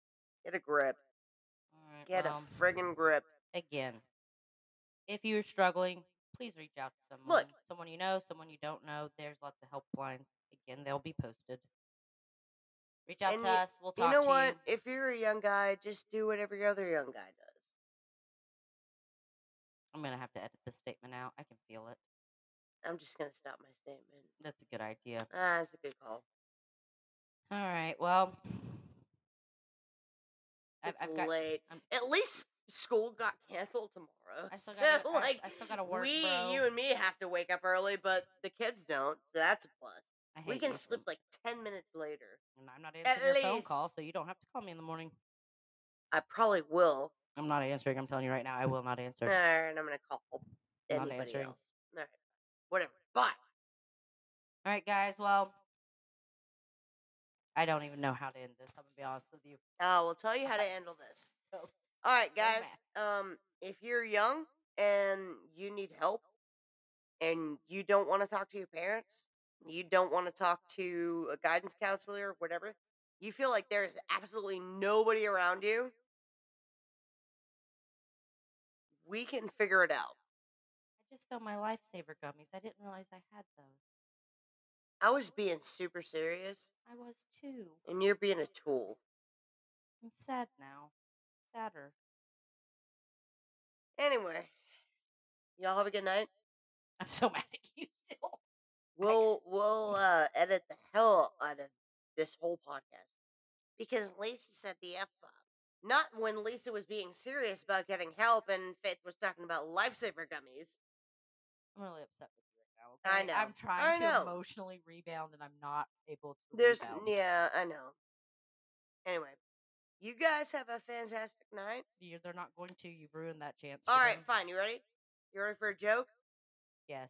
B: Get a grip.
A: All right,
B: Get a
A: well,
B: friggin' grip.
A: again. If you're struggling, please reach out to someone.
B: Look.
A: someone you know, someone you don't know. There's lots of helplines. Again, they'll be posted. Reach out
B: And
A: to
B: y-
A: us. We'll talk
B: you know
A: to
B: what?
A: you.
B: If you're a young guy, just do what every other young guy does.
A: I'm gonna have to edit this statement out. I can feel it.
B: I'm just gonna stop my statement.
A: That's a good idea.
B: Ah, that's a good call.
A: All right. Well, I've,
B: It's
A: I've got.
B: late.
A: I'm-
B: At least school got canceled tomorrow.
A: I still
B: so
A: gotta. I-
B: like
A: I, still gotta work,
B: we,
A: bro.
B: you and me have to wake up early, but the kids don't. So that's a plus.
A: I hate
B: We can
A: you.
B: slip like ten minutes later.
A: And I'm not answering your phone
B: least.
A: call, so you don't have to call me in the morning.
B: I probably will.
A: I'm not answering. I'm telling you right now, I will not answer.
B: And I'm gonna call
A: Not
B: anybody
A: answering.
B: else. All right. Whatever. Bye.
A: All right, guys. Well, I don't even know how to end this. I'm gonna be honest with you.
B: Uh, we'll tell you how to handle this.
A: So-
B: All right,
A: so
B: guys.
A: mad.
B: Um, if you're young and you need help, and you don't want to talk to your parents, you don't want to talk to a guidance counselor, whatever, you feel like there's absolutely nobody around you, we can figure it out.
A: I just found my lifesaver gummies. I didn't realize I had those.
B: I was being super serious,
A: I was too.
B: and you're being a tool.
A: I'm sad now. Sadder.
B: Anyway, y'all have a good night.
A: I'm so mad at you still.
B: We'll we'll uh, edit the hell out of this whole podcast because Lisa said the f bomb. Not when Lisa was being serious about getting help, and Faith was talking about lifesaver gummies.
A: I'm really upset with you right now.
B: I
A: okay?
B: know.
A: I'm trying
B: I
A: to
B: know.
A: emotionally rebound, and I'm not able to.
B: There's
A: rebound.
B: yeah, I know. Anyway, you guys have a fantastic night.
A: You- They're not going to. You've ruined that chance. for
B: All right,
A: them.
B: fine. You ready? You ready for a joke?
A: Yes.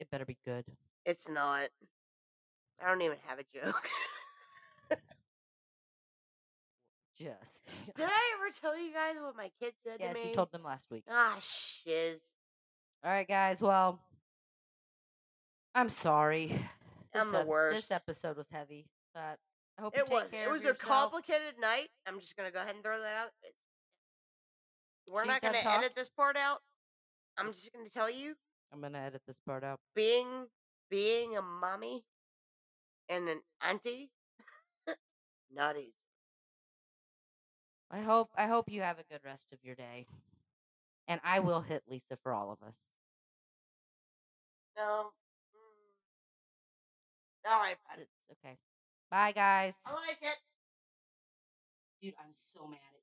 A: It better be good.
B: It's not. I don't even have a joke.
A: Just.
B: Did I ever tell you guys what my kid said
A: yes,
B: to me?
A: you told them last week.
B: Ah, shiz.
A: All right, guys. Well, I'm sorry. This
B: I'm the
A: ep-
B: worst.
A: This episode was heavy, but I hope you
B: It
A: take
B: was.
A: care
B: It
A: of
B: was a
A: yourself.
B: complicated night. I'm just gonna go ahead and throw that out. It's, we're
A: She's
B: not gonna
A: done talk-
B: edit this part out. I'm just gonna tell you,
A: I'm gonna edit this part out.
B: being being a mommy and an auntie, not easy.
A: I hope I hope you have a good rest of your day, and I will hit Lisa for all of us.
B: No. Mm.
A: mm.
B: All right, fine.
A: It's okay. Bye, guys.
B: I like it.
A: Dude, I'm so mad at